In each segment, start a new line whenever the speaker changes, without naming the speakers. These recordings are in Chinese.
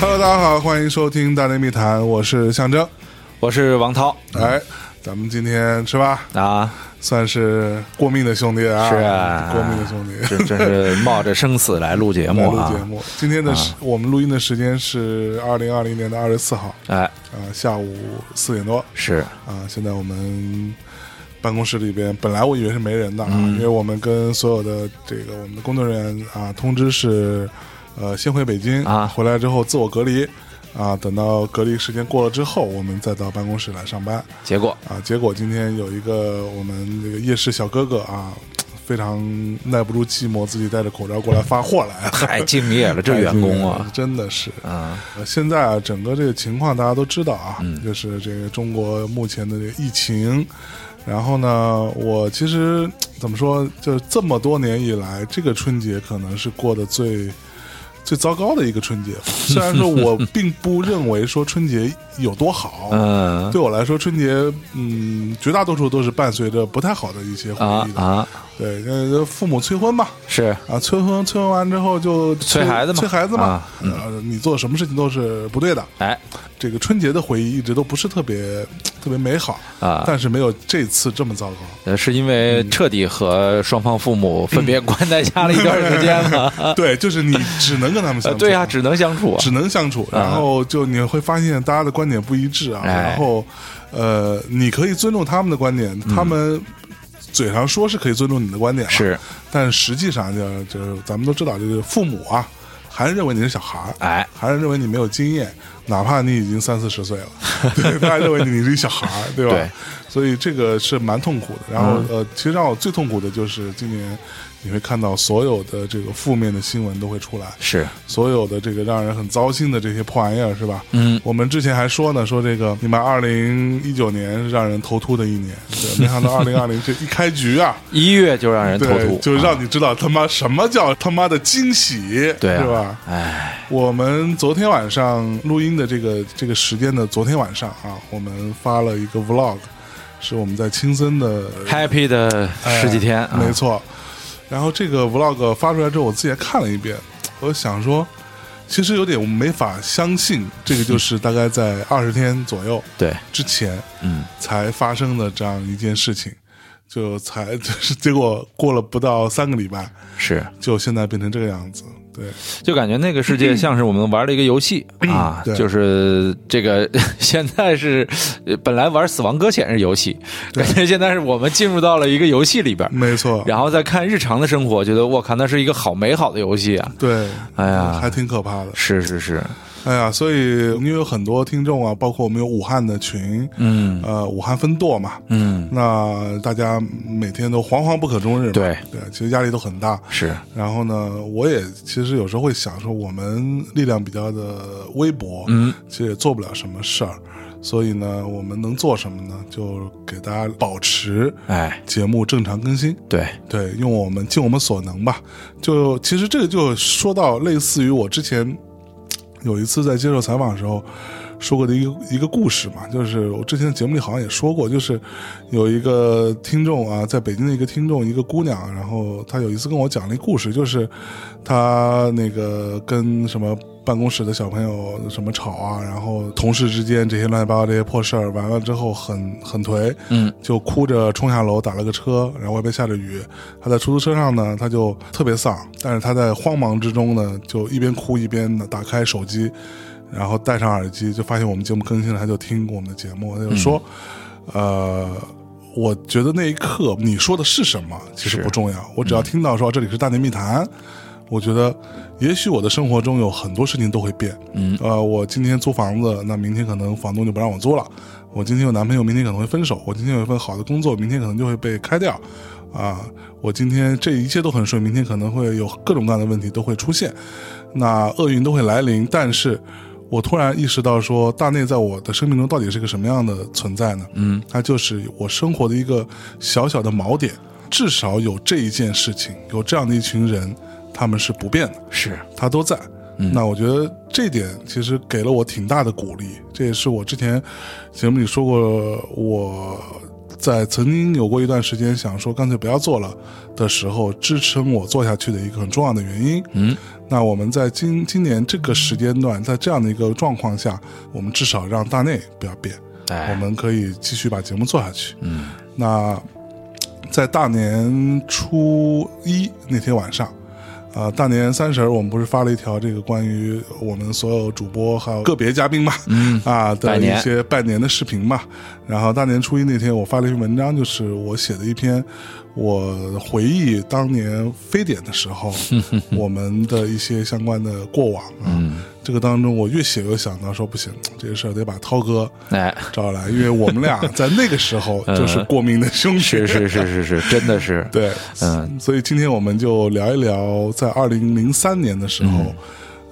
Hello，大家好，欢迎收听《大内密谈》，我是象征。
我是王涛
哎，咱们今天是吧，
啊，
算是过命的兄弟啊，
是啊
过命的兄弟。
这真是冒着生死来录节
来
目
录
啊
节！目，今天的时、我们录音的时间是二零二零年的二十四号
哎，
啊、下午四点多啊、
是
现在我们办公室里边，本来我以为是没人的啊，因为我们跟所有的这个我们的工作人员啊通知是，呃，先回北京
啊
回来之后自我隔离啊，等到隔离时间过了之后，我们再到办公室来上班。
结果。
啊，结果今天有一个我们这个夜市小哥哥啊，非常耐不住寂寞，自己戴着口罩过来发货来
太敬业 了，这员工啊，
真的是。
啊，嗯
呃现在啊，整个这个情况大家都知道啊，就是这个中国目前的这个疫情。然后呢，我其实怎么说，就是这么多年以来，这个春节可能是过得最最糟糕的一个春节。 虽然说我并不认为说春节有多好，
嗯
对我来说，春节，嗯，绝大多数都是伴随着不太好的一些回
啊
忆的。
啊，
对，呃，父母催婚嘛，
是
啊，催婚，催婚完之后就
催孩子嘛
催孩子嘛，
啊
呃，你做什么事情都是不对的。
哎
这个春节的回忆一直都不是特别特别美好，
啊，
但是没有这次这么糟糕。
呃是因为
嗯
彻底和双方父母分别关在家里一段时间 吗？
对，就是你只能跟他们
啊呃，
相处，嗯
对呀，只能相处啊
只能相处，然后就你会发现大家的观点不一致啊，
哎
然后呃，你可以尊重他们的观点，他们嘴上说是可以尊重你的观点，
嗯
啊
是，
但实际上就就是咱们都知道，就是父母啊，还是认为你是小孩儿，
哎
还是认为你没有经验，哪怕你已经三四十岁了， 对，他还认为你是一小孩儿，对吧？
对嗯
所以这个是蛮痛苦的。然后、呃，其实让我最痛苦的就是今年。你会看到所有的这个负面的新闻都会出来，
是
所有的这个让人很糟心的这些破玩意儿，是吧？
嗯，
我们之前还说呢，说这个你们二零一九年是让人头秃的一年，对，没想到二零二零这一开局啊，
一月就让 人头
对，
秃，
就
啊
让你知道他妈什么叫他妈的惊喜，
对啊
是吧？
哎
我们昨天晚上录音的这个这个时间的昨天晚上啊，我们发了一个 vlog，是我们在青森的
happy 的
哎
十几天，啊
没错。然后这个 vlog 发出来之后，我自己也看了一遍，我想说，其实有点没法相信，这个就是大概在二十天左右
对，
之前
嗯
才发生的这样一件事情，就才 就是结果过了不到三个礼拜，
是。
就现在变成这个样子。对，
就感觉那个世 界像是我们玩了一个游戏啊
对，
就是这个 现在是呃本来玩死亡搁浅是游戏，感觉现在是我们进入到了一个游戏里边，
没错，
然后再看日常的生活，觉得我靠，那是一个好美好的游戏啊！
对，
哎呀
还挺可怕的。
是是是，
哎呀，所以因为有很多听众啊，包括我们有武汉的群，
嗯
呃，武汉分舵嘛，
嗯，
那大家每天都惶惶不可终日嘛，
对
对，其实压力都很大。
是
然后呢，我也其实有时候会想说，我们力量比较的微薄，
嗯，
其实也做不了什么事儿，所以呢，我们能做什么呢？就给大家保持
哎，
节目正常更新，
对，
对，用我们尽我们所能吧。就其实这个就说到类似于我之前有一次在接受采访的时候说过的一个一个故事嘛，就是我之前的节目里好像也说过，就是有一个听众啊，在北京的一个听众，一个姑娘，然后她有一次跟我讲了一个故事，就是她那个跟什么。办公室的小朋友什么吵啊，然后同事之间这些乱七八糟这些破事儿，完了之后很很颓，
嗯，
就哭着冲下楼打了个车，然后外边下着雨，他在出租车上呢，他就特别丧，但是他在慌忙之中呢，就一边哭一边打开手机，然后戴上耳机，就发现我们节目更新了，他就听我们的节目，他就说，呃。我觉得那一刻你说的是什么其实
是
不重要，我只要听到说这里是大内密谈，我觉得也许我的生活中有很多事情都会变。
嗯，
呃，我今天租房子，那明天可能房东就不让我租了；我今天有男朋友，明天可能会分手；我今天有一份好的工作，明天可能就会被开掉。啊，我今天这一切都很顺，明天可能会有各种各样的问题都会出现，那厄运都会来临。但是我突然意识到说，大内在我的生命中到底是个什么样的存在呢？
嗯，
它就是我生活的一个小小的锚点。至少有这一件事情，有这样的一群人，他们是不变的。
是
他都在。那我觉得这点其实给了我挺大的鼓励，这也是我之前节目里说过，我在曾经有过一段时间想说干脆不要做了的时候，支撑我做下去的一个很重要的原因。
嗯，
那我们在今今年这个时间段，在这样的一个状况下，我们至少让大内不要变，我
哎，
们可以继续把节目做下去。
嗯，
那在大年初一那天晚上，啊、大年三十儿我们不是发了一条这个关于我们所有主播还有个别嘉宾嘛，嗯啊的
拜
一
年
些拜年的视频嘛。然后大年初一那天，我发了一篇文章，就是我写的一篇我回忆当年非典的 时候我们的一些相关的过往啊。
嗯
这个当中，我越写越想到说不行，这个事儿得把涛哥
哎，
招来，因为我们俩在那个时候就是过命的兄弟。
嗯是是是是是，真的是，
对，
嗯，
所以今天我们就聊一聊，在二零零三年的时
嗯
候，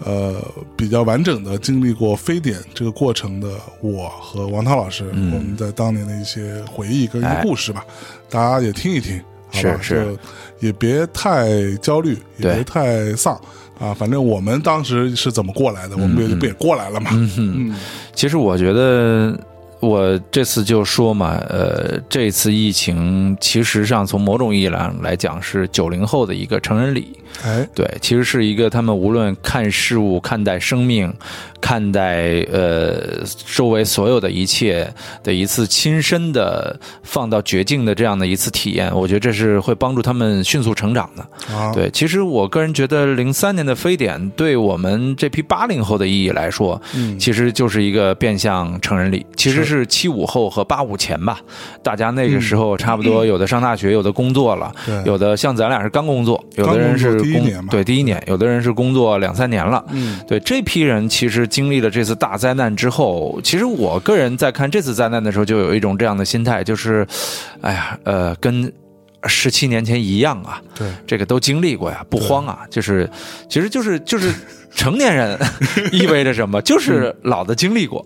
呃，比较完整的经历过非典这个过程的我和王涛老师，我们在当年的一些回忆跟一些
嗯哎
故事吧，大家也听一听，好吧？
是是
就也别太焦虑，也
对
别太丧。啊，反正我们当时是怎么过来的，
嗯
我们也不也过来了嘛。嗯，
其实我觉得，我这次就说嘛，呃，这次疫情其实上从某种意义上来讲是九零后的一个成人礼，
哎，
对，其实是一个他们无论看事物、看待生命、看待呃周围所有的一切的一次亲身的放到绝境的这样的一次体验，我觉得这是会帮助他们迅速成长的。
啊，
对，其实我个人觉得，零三年的非典对我们这批八零后的意义来说，
嗯
其实就是一个变相成人礼，其实是七五后和八五前吧，大家那个时候差不多，有的上大学，有的工作了，
嗯对，
有的像咱俩是刚工作，有的人
刚
是
工作第一
工
年嘛
对第一年，有的人是工作两三年了。
嗯，
对这批人，其实经历了这次大灾难之后，其实我个人在看这次灾难的时候，就有一种这样的心态，就是，哎呀，呃，跟十七年前一样啊，
对，
这个都经历过呀，不慌啊，就是，其实就是就是成年 人意味着什么，就是老的经历过，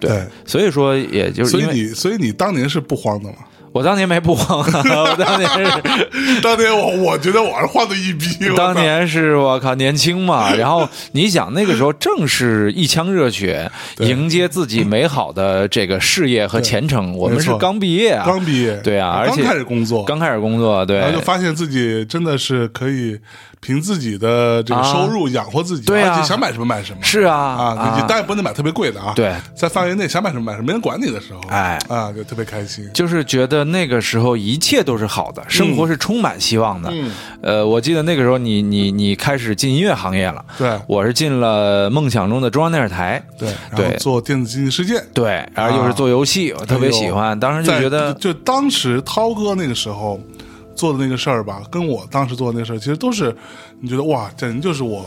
对，
对
所以说也就是
所以
因为
你，所以你当年是不慌的嘛？
我当年没不慌、啊，我当年是。
当年我我觉得我是慌的一逼，我操
当年是我靠年轻 嘛，然后你想那个时候正是一腔热血，
对
迎接自己美好的这个事业和前程。我们
没
是
错
刚毕业啊，
刚毕业，
对啊而
刚
且
开始工作，
刚开始工作，对
然后就发现自己真的是可以凭自己的这个
啊
收入养活自己，
对啊
而且想买什么买什么，
是啊
啊，你当然不能买特别贵的啊，
对，
在范围内想买什么买什么，没人管你的时候，
哎
啊，就特别开心，
就是觉得那个时候一切都是好的，生活是充满希望的。
嗯
呃，我记得那个时候你你你开始进音乐行业了，
对
我是进了梦想中的中央电视台，
对，然后
对
做电子竞技世界，
对，然后又是做游戏，我特别喜欢，当时就
啊哎在
觉得
就当时涛哥那个时候做的那个事儿吧，跟我当时做的那个事儿，其实都是你觉得哇，简直就是我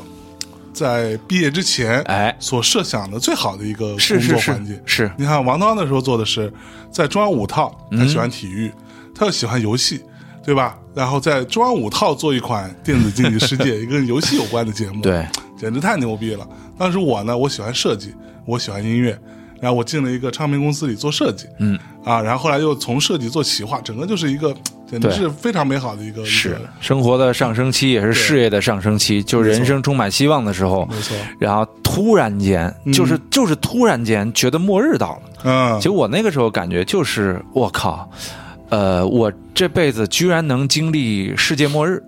在毕业之前
哎
所设想的最好的一个工
是是
作
是
环境。
是
你看王涛那时候做的是在中央五套，
嗯
他喜欢体育，他又喜欢游戏，对吧？然后在中央五套做一款电子竞技世 界，一个跟游戏有关的节目，
对，
简直太牛逼了。当时我呢，我喜欢设计，我喜欢音乐，然后我进了一个唱片公司里做设计，嗯，啊，然后后来又从设计做企划，整个就是一个简直
对
是非常美好的一个一
是
个
生活的上升期，也是事业的上升期，就是人生充满希望的时候。
没错，
然后突然间，就是就是突然间觉得末日到了。
嗯
其实，我那个时候感觉就是我靠，呃，我这辈子居然能经历世界末日。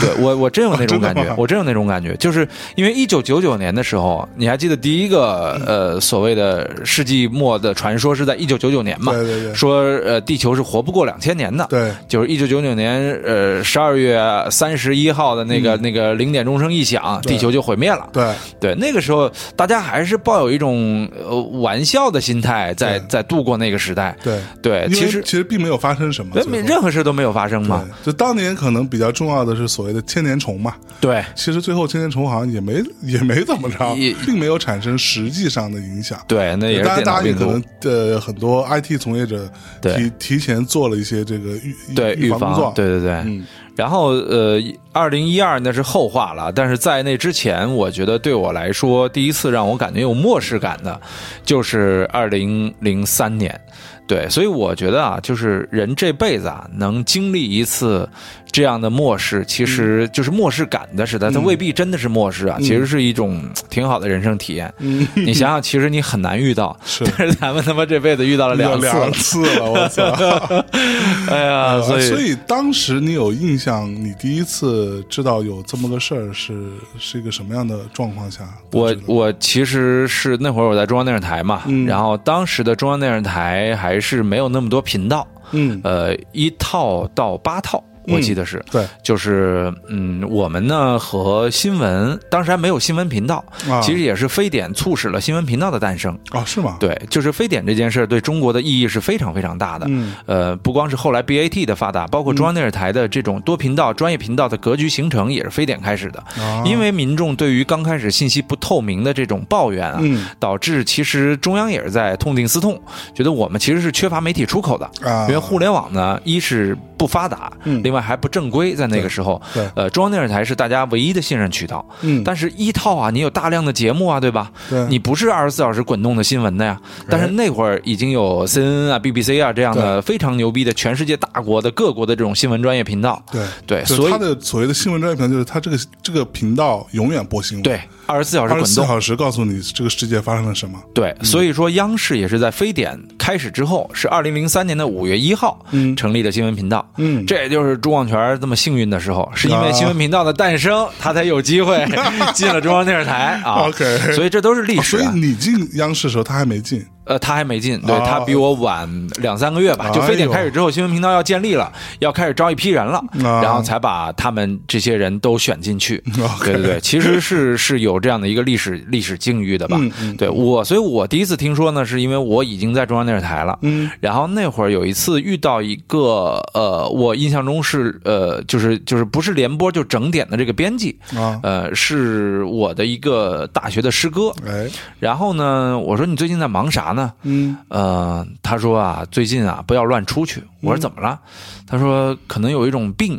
对我，我真有那
真
种
的吗
感觉，我真有那种感觉，就是因为一九九九年的时候，你还记得第一个呃所谓的世纪末的传说是在一九九九年嘛？
对对对
说呃地球是活不过两千年的。
对，
就是一九九九年呃十二月三十一号的那个、那个零点钟声一响，
嗯对
地球就毁灭了。
对，
对，那个时候大家还是抱有一种呃玩笑的心态在，
对
在度过那个时代。
对，
对，呃
因
其
为
实
其实并没有发生什么，
没
最后
没任何事都没有发生嘛。
对，就当年可能比较重要的是所谓的千年虫嘛，
对
其实最后千年虫好像也没也没怎么着
也，
并没有产生实际上的影响。
对，那也是
当然，
电
大
脑
家也
病
可
毒
能。呃，很多 IT 从业者提
对
提前做了一些这个预
对
预
预
防工作，
防，对对对，
嗯
然后呃，二零一二那是后话了，但是在那之前，我觉得对我来说，第一次让我感觉有漠视感的，就是二零零三年。对，所以我觉得啊，就是人这辈子啊，能经历一次这样的漠视，其
嗯
实就是漠视感的时代，它未必真的是漠视啊，其实是一种挺好的人生体验。
嗯
你想想，其实你很难遇到，
是
但是咱们他妈这辈子遇到了
两
次了，
次了，我操！
哎 呀，所以
所以当时你有印象，你第一次知道有这么个事儿是是一个什么样的状况下？
我我其实是那会儿我在中央电视台嘛，
嗯
然后当时的中央电视台还是没有那么多频道，
嗯，
呃，一套到八套，我记得是，
对，
就是嗯，我们呢和新闻当时还没有新闻频道，
啊
其实也是非典促使了新闻频道的诞生。
啊，是吗？，
对，就是非典这件事儿对中国的意义是非常非常大的。
嗯
呃，不光是后来 BAT 的发达，包括中央电视台的这种多频道、专业频道的格局形成，也是非典开始的。
啊
因为民众对于刚开始信息不透明的这种抱怨啊，
嗯
导致其实中央也是在痛定思痛，觉得我们其实是缺乏媒体出口的。
啊，
因为互联网呢，一是不发达，
嗯
另外还不正规，在那个时候，
对
呃，中央电视台是大家唯一的信任渠道。
嗯，
但是，一套啊，你有大量的节目啊，对吧？
对
你不是二十四小时滚动的新闻的呀。
哎
但是那会儿已经有 CNN 啊、BBC 啊这样的非常牛逼的全世界大国的各国的这种新闻专业频道。
对
对，
就是
所以
他的所谓的新闻专业频道，就是他这个这个频道永远播新闻，
对二十四小时
二十
滚
四
动。
小时告诉你这个世界发生了什么。
对，所以说央视也是在非典开始之后，是二零零三年的五月一号
嗯
成立的新闻频道。
嗯啊
这也就是朱广权这么幸运的时候，是因为新闻频道的诞生，他才有机 会进了中央电视台啊。
OK
所以这都是历
啊
史
所以
啊。
你进央视的时候，他还没进，
呃，他还没进，对
哦
他比我晚两三个月吧。就非典
哎呦
开始之后，新闻频道要建立了，要开始招一批人了，
啊
然后才把他们这些人都选进去。
OK
对对对，其实是是有这样的一个历史历史境遇的吧
嗯？嗯
对我，所以我第一次听说呢，是因为我已经在中央电视台了。
嗯，
然后那会儿有一次遇到一个呃，我印象中是呃，就是就是不是联播就整点的这个编辑，
啊，
呃，是我的一个大学的师哥。
哎，
然后呢，我说你最近在忙啥呢？
嗯，
呃，他说啊，最近啊不要乱出去。我
嗯
说怎么了？他说可能有一种病，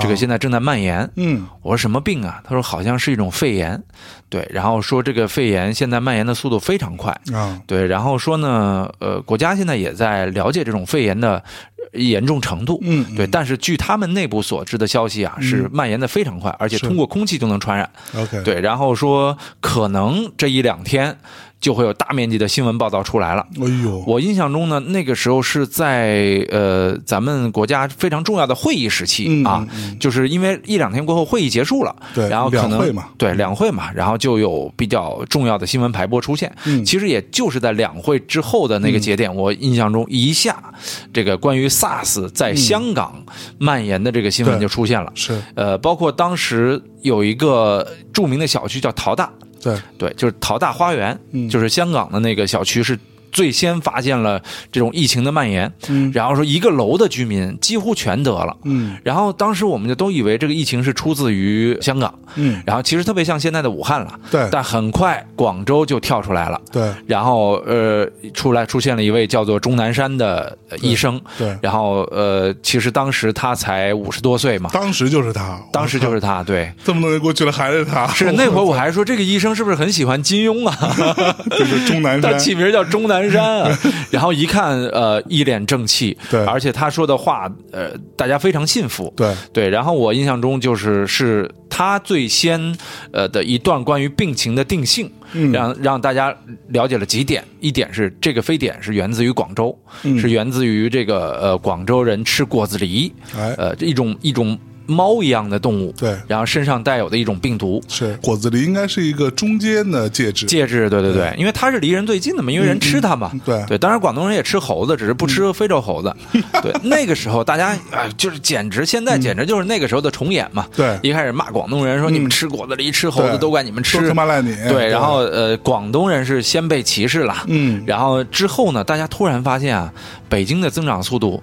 这个
啊
现在正在蔓延。
嗯，
我说什么病啊？他说好像是一种肺炎，对，然后说这个肺炎现在蔓延的速度非常快，
啊，
对，然后说呢，呃，国家现在也在了解这种肺炎的呃严重程度，
嗯嗯
对，但是据他们内部所知的消息啊，是蔓延的非常快，而且
是
通过空气就能传染，
，OK，，
对，然后说可能这一两天就会有大面积的新闻报道出来了。
哎呦，
我印象中呢，那个时候是在呃咱们国家非常重要的会议时期
嗯
啊，就是因为一两天过后会议结束了，
对
然后可能
两会嘛
对两会嘛，然后就有比较重要的新闻排播出现。
嗯
其实也就是在两会之后的那个节点，我印象中一下这个关于 SARS 在香港蔓延的这个新闻
对
就出现了。
是
呃，包括当时有一个著名的小区叫淘大，
对，
对，就是淘大花园，
嗯
就是香港的那个小区是。最先发现了这种疫情的蔓延，
嗯
然后说一个楼的居民几乎全得了，
嗯
然后当时我们就都以为这个疫情是出自于香港，
嗯，
然后其实特别像现在的武汉了，
对
但很快广州就跳出来了，
对
然后呃出来出现了一位叫做钟南山的呃医生，
对，
然后呃其实当时他才五十多岁嘛，
当时就是他，
当时就是他， 对，
这么多年过去了，还是他，
是那会儿我还说这个医生是不是很喜欢金庸啊？
就是钟南
他
山，
起名叫钟南山 啊，然后一看，呃，一脸正气，
对
而且他说的话，呃，大家非常信服，
对，
对。然后我印象中就是是他最先呃的一段关于病情的定性，
嗯
让让大家了解了几点，一点是这个非典是源自于广州，
嗯
是源自于这个呃广州人吃果子狸，
哎，
呃一种一种猫一样的动物，
对
然后身上带有的一种病毒，
是果子狸应该是一个中间的介质，
戒指，对对对，因为它是离人最近的嘛，因为人吃它嘛。
嗯对嗯
对，当然广东人也吃猴子，只是不吃非洲猴 子。对，那个时候大家哎，就是简直现在简直就是那个时候的重演嘛。
嗯对嗯
一开始骂广东人说你们吃果子狸、吃猴子
对
都怪你们吃，
都他妈赖你
对，
对
然后呃，广东人是先被歧视了。
嗯
然后之后呢，大家突然发现啊，北京的增长速度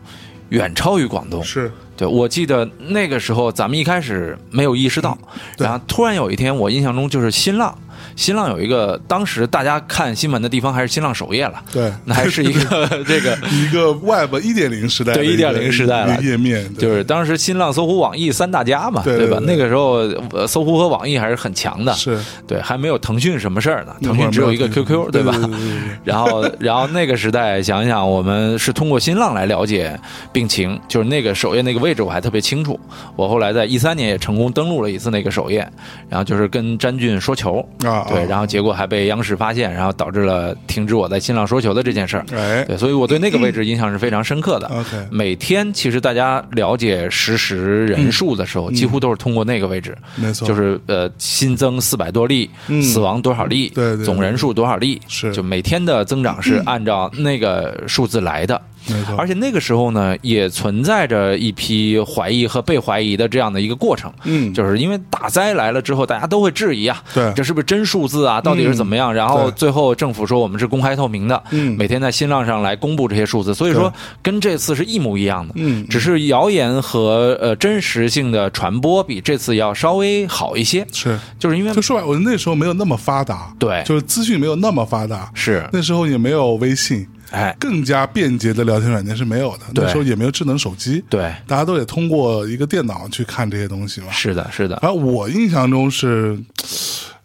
远超于广东。
是，
对，我记得那个时候咱们一开始没有意识到，
嗯对
然后突然有一天，我印象中就是新浪，新浪有一个当时大家看新闻的地方还是新浪首页了，
对
那还是一个这个。
一个 Web 一点零时代的
对
一个，
1.0时代了
一个页面，对
就是当时新浪、搜狐、网易三大家嘛，
对
吧？
对对
那个时候，呃搜狐和网易还是很强的，
是
对，还没有腾讯什么事儿呢，
那
腾
会
讯
儿
只有
没
一个
腾讯嗯
QQ，
对
吧？
对对对对
然后，然后那个时代，想想我们是通过新浪来了解病情，就是那个首页那个位置我还特别清楚。我后来在一三年也成功登录了一次那个首页，然后就是跟詹俊说球，
啊，
对，然后结果还被央视发现，然后导致了停止我在新浪说球的这件事儿。
哎嗯
对，所以我对那个位置印象是非常深刻的。
，OK，
每天其实大家了解实时人数的
嗯
时候，几乎都是通过那个位置，
没错，
就是呃新增四百多例，
嗯
死亡多少例，
对对对
总人数多少例，
是嗯
就每天的增长是按照那个数字来的。
没错，
而且那个时候呢，也存在着一批怀疑和被怀疑的这样的一个过程，
嗯，
就是因为大灾来了之后，大家都会质疑啊，
对嗯
这是不是真数字啊？到底是怎么样？然后
对
最后政府说我们是公开透明的，
嗯
每天在新浪上来公布这些数字，所以说跟这次是一模一样的。
嗯
只是谣言和呃真实性的传播比这次要稍微好一些，
是，
就是因为
就说白了，我那时候没有那么发达，
对
就是资讯没有那么发达，
是
那时候也没有微信，
哎
更加便捷的聊天软件是没有的，
对
那时候也没有智能手机，
对
大家都得通过一个电脑去看这些东西嘛。
是的是的
然后我印象中是，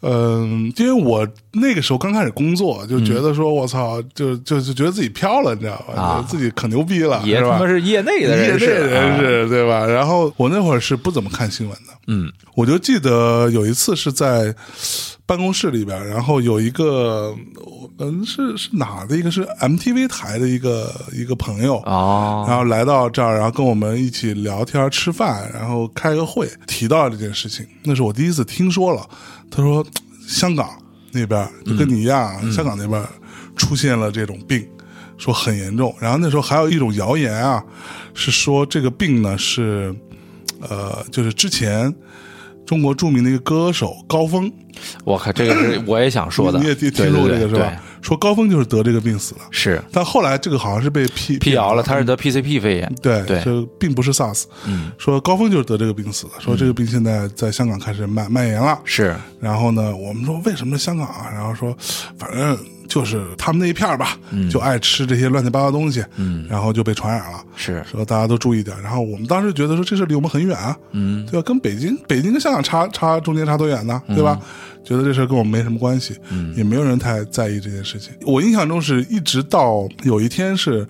嗯、因为我那个时候刚开始工作，就觉得说我操，就就就觉得自己飘了，你知道吧？
嗯啊
就自己可牛逼了，
也
是
他
吧
妈？是业内的
业
人
内
士，
人
啊
士对吧？然后我那会儿是不怎么看新闻的，
嗯
我就记得有一次是在办公室里边，然后有一个，嗯，是是哪的一个是 MTV 台的一个一个朋友，
哦
然后来到这儿，然后跟我们一起聊天、吃饭，然后开个会，提到这件事情，那是我第一次听说了。他说，香港那边就跟你一样，
嗯
香港那边出现了这种病，说很严重。然后那时候还有一种谣言啊，是说这个病呢是，呃，就是之前中国著名的一个歌手高峰
我靠，这个是我也想说的，
你也
对
听
对
听说过这
对
个是
对
吧？说高峰就是得这个病死了，
是
但后来这个好像是被辟
辟谣了，他
是。
是得
嗯
PCP 肺炎，
对，
对
这并不是 SARS，、
嗯
说高峰就是得这个病死的，说这个病现在在香港开始蔓蔓延了。
是
然后呢，我们说为什么香港啊？然后说，反正就是他们那一片儿吧，就爱吃这些乱七八糟东西，
嗯
然后就被传染了。
是
说大家都注意点。然后我们当时觉得说这事离我们很远啊，
嗯
对吧？跟北京、北京跟香港差差中间差多远呢？对吧？觉得这事儿跟我们没什么关系，也没有人太在意这件事情。我印象中是一直到有一天是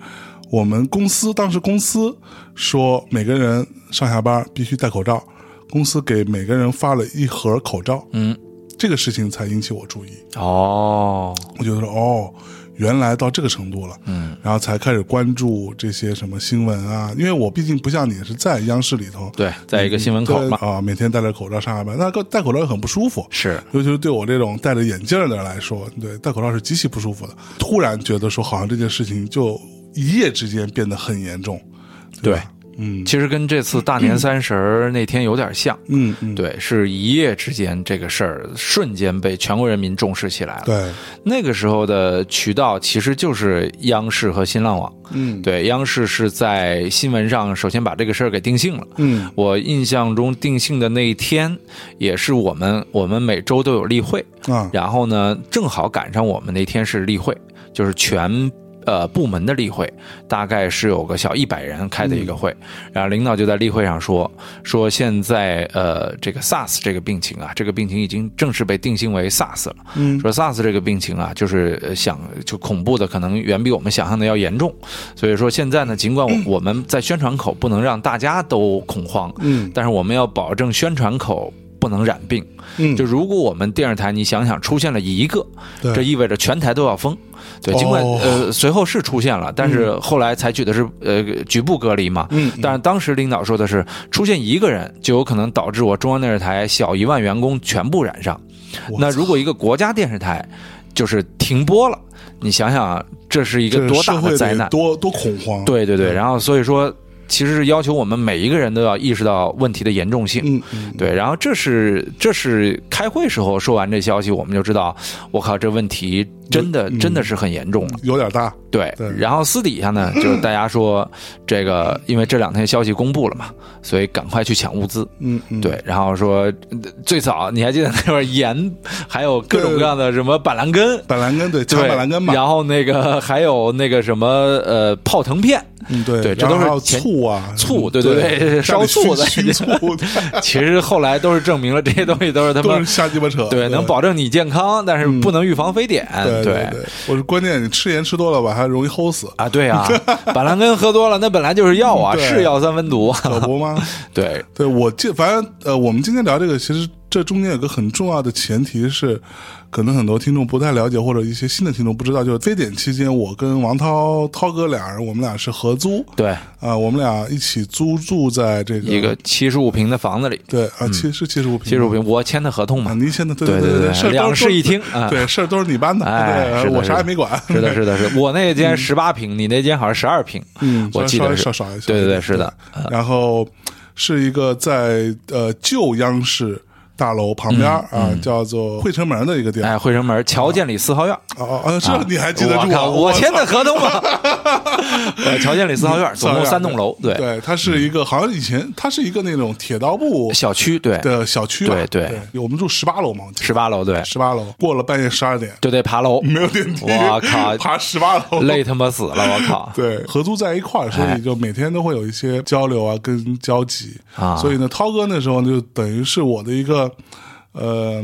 我们公司当时公司说每个人上下班必须戴口罩，公司给每个人发了一盒口罩，
嗯
这个事情才引起我注意。
哦
我觉得说哦，原来到这个程度了，
嗯，
然后才开始关注这些什么新闻啊，因为我毕竟不像你是在央视里头，
对，在一个新闻口嘛
对啊，每天戴着口罩上下班，那个戴口罩很不舒服，
是
尤其是对我这种戴着眼镜的人来说，对戴口罩是极其不舒服的。突然觉得说，好像这件事情就一夜之间变得很严重，
对。
嗯
其实跟这次大年三十儿那天有点像，
嗯嗯，
对，是一夜之间这个事儿瞬间被全国人民重视起来了。
对，
那个时候的渠道其实就是央视和新浪网，
嗯
对，央视是在新闻上首先把这个事儿给定性了。
嗯
我印象中定性的那一天，也是我们我们每周都有例会，
啊
然后呢，正好赶上我们那天是例会，就是全呃部门的例会，大概是有个小一百人开的一个会，然后领导就在例会上说说现在呃这个 SARS 这个病情啊，这个病情已经正式被定性为 SARS 了，
嗯
说 SARS 这个病情啊，就是呃想就恐怖的可能远比我们想象的要严重，所以说现在呢，尽管我我们在宣传口不能让大家都恐慌，
嗯
但是我们要保证宣传口不能染病。
嗯，
就如果我们电视台，你想想出现了一个，
对
这意味着全台都要封。对，
哦
尽管、呃随后是出现了，但是后来采取的是呃局部隔离嘛。
嗯嗯
但是当时领导说的是，出现一个人就有可能导致我中央电视台小一万员工全部染上。
我
那如果一个国家电视台就是停播了，你想想啊这是一
这
个多大
社
的
会得
灾难？
多多恐慌，，
对对对，然后所以说，其实是要求我们每一个人都要意识到问题的严重性。
嗯嗯，
对，然后这是这是开会时候说完这消息，我们就知道，我靠，这问题真的、
嗯
真的是很严重了。
有点大，
对，
对
然后私底下 呢，就是大家说这个，因为这两天消息公布了嘛，所以赶快去抢物资。
嗯嗯，
对，然后说呃最早你还记得那会儿盐，还有各种
对
各样的什么板蓝根，
板蓝根对，抢
对，
板蓝根嘛，
然后那个还有那个什么呃泡腾片，
嗯，对
对这
然后
都是
还有
前
醋啊，
醋，
对
对对对，烧醋的。
熏熏 醋
其实后来都是证明了这些东西都是他
都
妈
是瞎鸡巴扯，
对能保证你健康，但是不能预防非典。
对对，我是关键，你吃盐吃多了吧，还容易齁死，
啊，对 啊，板蓝根喝多了那本来就是药啊，
对
是药三分毒啊。
可不吗？
对，
对我这反正呃，我们今天聊这个，其实这中间有个很重要的前提是，可能很多听众不太了解，或者一些新的听众不知道，就是非典期间，我跟王涛涛哥俩人，我们俩是合租
对，
啊、我们俩一起租住在这个
一个七十五平的房子里，
对啊，七是七十五平，
七十五平，我签的合同
啊，
嘛。
您现在对对
对对
对，
对
事儿都
两
是
室一厅啊
对事儿都是你办的，
哎
对
是的
我
是
啥也
的
没管，
是的，是的，是 的我那间十八平，你那间好像十二平，
嗯，
我
稍
记
稍微
得是
少少一些，
对对对是的，嗯
然后是一个在呃旧央视大楼旁边儿啊，叫做汇成门的一个地
嗯
方。
哎，惠城门乔建里四号院。
哦哦，这你还记得
我
住
靠，
我
啊我签的合同 嘛。呃乔建里四号院，总共三栋楼，
对
对，嗯
它是一个好像以前它是一个那种铁道部
小区对，
的小区吧，
对对
对，我们住十八楼嘛，
十八楼对，
十八楼，过了半夜十二点
就得爬楼，
没有电梯，
我靠
爬十八楼，
累他妈死了，我靠。
对，合租在一块儿，所
哎
以就每天都会有一些交流啊，跟交集
啊
所以呢，涛哥那时候就等于是我的一个，呃，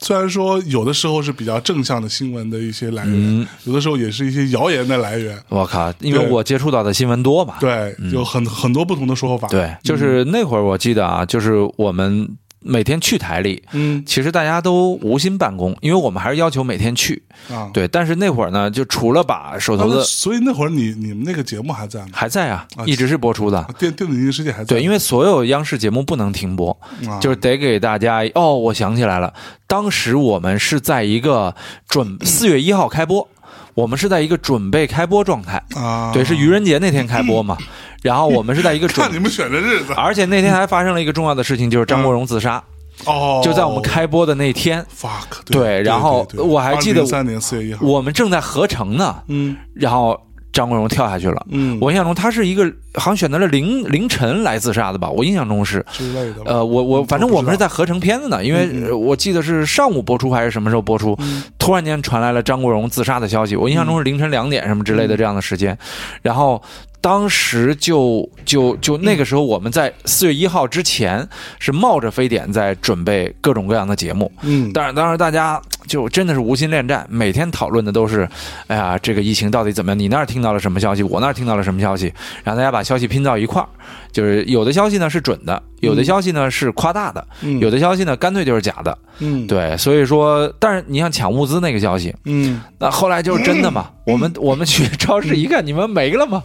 虽然说有的时候是比较正向的新闻的一些来源，
嗯
有的时候也是一些谣言的来源。
我靠，因为
对
我接触到的新闻多嘛。
对，有很很多不同的说法。，
嗯对，就是那会儿我记得啊，就是我们每天去台里，
嗯
其实大家都无心办公，因为我们还是要求每天去。
啊，
对，但是那会儿呢，就除了把手
啊。
头
那哦
的
所以那会儿你你们那个节目还在吗？
还在啊，一直是播出的。
电电子竞技世界还在吗？
对，因为所有央视节目不能停播，
啊
就是得给大家哦，我想起来了，当时我们是在一个 准四月一号开播，我们是在一个准备开播状态，
啊，
对，是愚人节那天开播嘛，然后我们是在一个准
看你们选的日子
而且那天还发生了一个重要的事情，就是张国荣自杀，
哦，
就在我们开播的那天，
fuck
对然后我还记得
三年四月一号，
我们正在合成呢，
嗯
然后张国荣跳下去了。
嗯，
我印象中他是一个好像选择了凌凌晨来自杀的吧，我印象中是。
之类的吧。
呃，我我反正我们是在合成片子呢，因
嗯
为呃我记得是上午播出还是什么时候播出，突然间传来了张国荣自杀的消息，我印象中
嗯
是凌晨两点什么之类的这样的时间，然后当时就就就那个时候我们在四月一号之前是冒着非典在准备各种各样的节目，
嗯，
但是当时大家就真的是无心恋战，每天讨论的都是，哎呀，这个疫情到底怎么样？你那儿听到了什么消息？我那儿听到了什么消息？然后大家把消息拼到一块儿，就是有的消息呢是准的，有的消息呢是夸大的，
嗯
有的消息呢干脆就是假的。
嗯，
对，所以说，但是你像抢物资那个消息，
嗯，
那后来就是真的嘛？ 我们我们去超市一看，你们没了吗？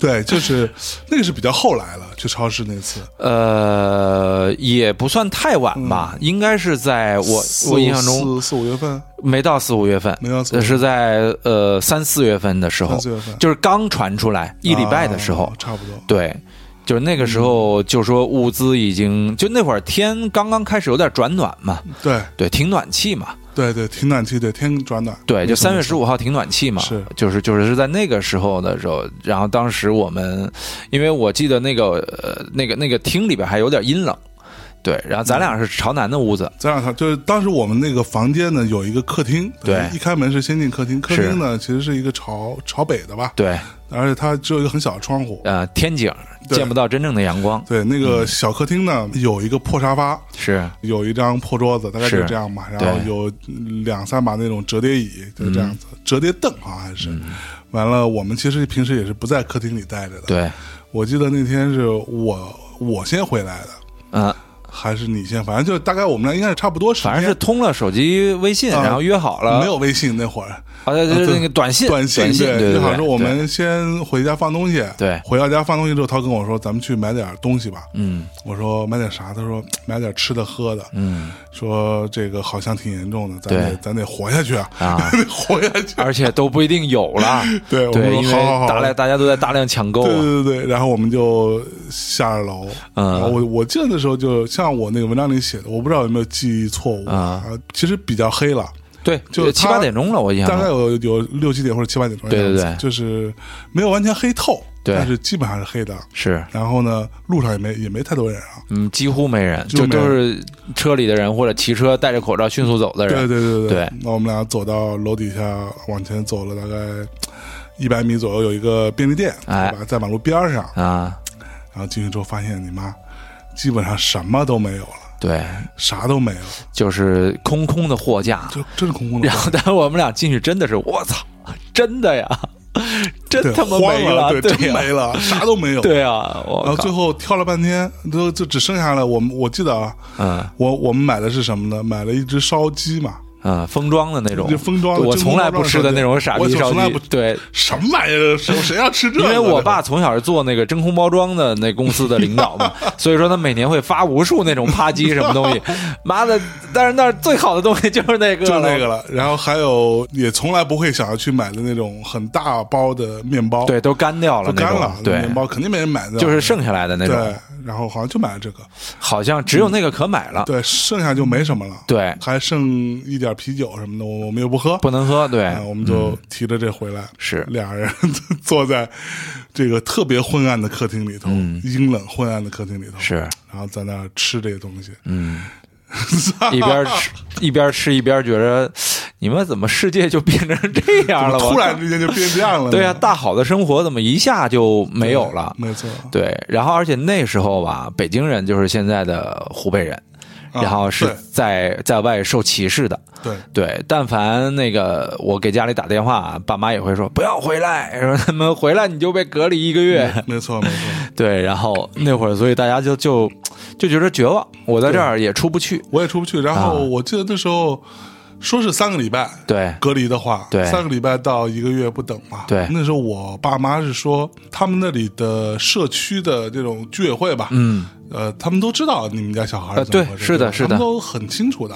对，就是那个是比较后来了，去超市那次，
呃，也不算太晚吧，应该是在我
嗯四
我印象中
四四五月份，
没到四五月份，
没到四五月份
是在呃三四月份的时候
三四月份，
就是刚传出来一礼拜的时候，
啊差不多。
对，就是那个时候
嗯
就说物资已经就那会儿天刚刚开始有点转暖嘛，
对
对，停暖气嘛，
对对，挺暖气，对天转暖，
对，就三月十五号停暖气嘛，
是
就是就是是在那个时候的时候，然后当时我们，因为我记得那个呃那个那个厅里边还有点阴冷，对，然后咱
嗯
俩是朝南的屋子，
咱俩他就是当时我们那个房间呢有一个客厅，
对
一开门是先进客厅，客
是
厅呢其实是一个朝朝北的吧，
对，
而且它只有一个很小的窗户。
呃天井
对
见不到真正的阳光，
对，那个小客厅呢有一个破沙发，
是
有一张破桌子，大概就是这样吧，然
对
后有两三把那种折叠椅，就这样子，
嗯
折叠凳好像还是。完了，我们其实平时也是不在客厅里待着的。，
对，
我记得那天是我我先回来的，
嗯、
还是你先？反正就大概我们俩应该是差不多时间，
反正是通了手机微信，
啊
然后约好了，
没有微信那会儿，
啊，对对
啊
对
对
那个短信，
短
信，
信
对
就
对，
好像说我
对
们先回家放东西，
对
回到家放东西之后，他跟我说咱们去买点东西吧，
嗯
我说买点啥？他说买点吃的喝的，
嗯
说这个好像挺严重的，咱
对
得咱得活下去啊， ，
啊
得活下 去。
而且都不一定有了，
对，我们
对，
说
因
好好
为
好，
大量大家都在大量抢购
对
啊，
对对对，然后我们就下了楼。
嗯
然后我我记得那时候就像我那个文章里写的，我不知道有没有记忆错误
啊，
其实比较黑了，
对，
就
七
他
八点钟了，我印象
大概
中，
有有六七点或者七八点钟
嗯
的
对对对
样子，就是没有完全黑透，
对
但是基本上是黑的。
是，
然后呢，路上也没也没太多人啊，
嗯，几乎没人，
几乎
就
没人
都是车里的人或者骑车戴着口罩迅速走的
对
人，
对对
对
那我们俩走到楼底下，往前走了大概呃一百米左右有一个便利店，
哎
对吧？在马路边儿上，
啊，
然后进去之后发现你妈基本上什么都没有了，
对，
啥都没有，
就是空空的货 架。
就真是空空的。
然后，但是我们俩进去真的是，我操，真的呀，
对
真他妈
慌
没
了，对，
对
真
呀，
没了，啥都没有。
对呀，
然
我
后最
靠，
后挑了半天，都就只剩下了我们。我记得啊，
嗯
我我们买的是什么呢？买了一只烧鸡嘛，
嗯，封装的那种
就，封装的
我
真
从来
空
不
包装
吃的那种傻
我
逼烧
从来
鸡
不，
对，
什么玩意儿，谁谁要吃这
因
个？
为我爸从小是做那个真空包装的那公司的领导 嘛，所以说他每年会发无数那种啪叽什么东西，妈的！但是那儿最好的东西就是那个
就
了，
啊那个了。然后还有也从来不会想要去买的那种很大包的面包，，
对，都干掉了
都
那
干
种，
了，那面
对，
包肯定没人买的，
就是剩下来的那
对
种，。
然后好像就买了这个，
好像只有那个可买了，
对，剩下就没什么了，
啊对，
还剩一点啤酒什么的，我我们又不喝，
不能喝，对嗯
啊，，我们就提着这回来，
是
俩人坐在这个特别昏暗的客厅里头，阴冷昏暗的客厅里头，
嗯是，
然后在那儿吃这些东西，
嗯，一边吃一边吃一边觉着，你们怎么世界就变成这样了？
怎么
我
突然之间就变这样了呢，
对呀、大好的生活怎么一下就没有了？
没错，
对，然后而且那时候吧，北京人就是现在的湖北人，
啊
然后是
对
在在外受歧视的。
对，
对，但凡那个我给家里打电话，爸妈也会说不要回来，说他们回来你就被隔离一个月。
没错，没错，
对，然后那会儿，所以大家就就就觉得绝望，我在这儿也出不去。
我也出不去。然
啊
后我记得那时候说是三个礼拜
对
隔离的话，
对
三个礼拜到一个月不等嘛。
对
那时候我爸妈是说他们那里的社区的这种居委会吧，
嗯，
呃，他们都知道你们家小孩
呃
是怎么
对
回事，
是的
吧
是的
他们都很清楚的。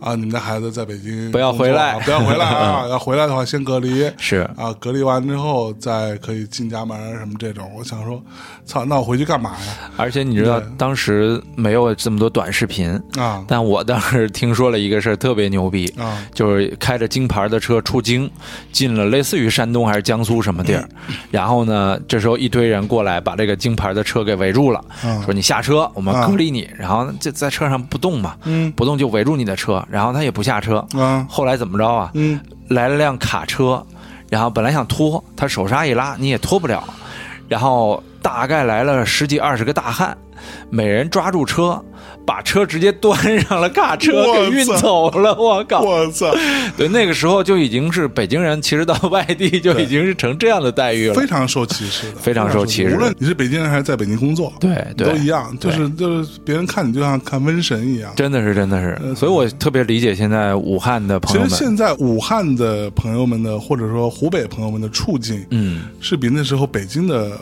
啊，你们家孩子在北京
不要
工作
回
啊
来
不要回来 啊！要回来的话，先隔离。
是
啊，隔离完之后再可以进家门儿什么这种。我想说，操，那我回去干嘛呀？
而且你知道
对
当时没有这么多短视频，
啊
但我当时听说了一个事儿特别牛逼，
啊，
就是开着京牌的车出京，进了类似于山东还是江苏什么地儿，
嗯
然后呢，这时候一堆人过来把这个京牌的车给围住了，
嗯
说你下车，我们
啊
隔离你，然后就在车上不动嘛，
嗯
不动就围住你的车，然后他也不下车，
啊，
后来怎么着啊？
嗯，
来了辆卡车，然后本来想拖，他手刹一拉，你也拖不了。然后大概来了十几二十个大汉，每人抓住车，把车直接端上了卡车
我
给运走
操
了。我靠！
我操，
对，那个时候就已经是北京人，其实到外地就已经是成这样的待遇了
非。常受歧视的，
非常受歧视的
无论你是北京人还是在北京工作，
对
都一
对，
样，就
对
是就是别人看你就像看瘟神一样。
真的是真的是，所以我特别理解现在武汉的
呃其
朋友
实
们。
现在武汉的朋友们的，或者说湖北朋友们的处境，
嗯，
是比那时候北京的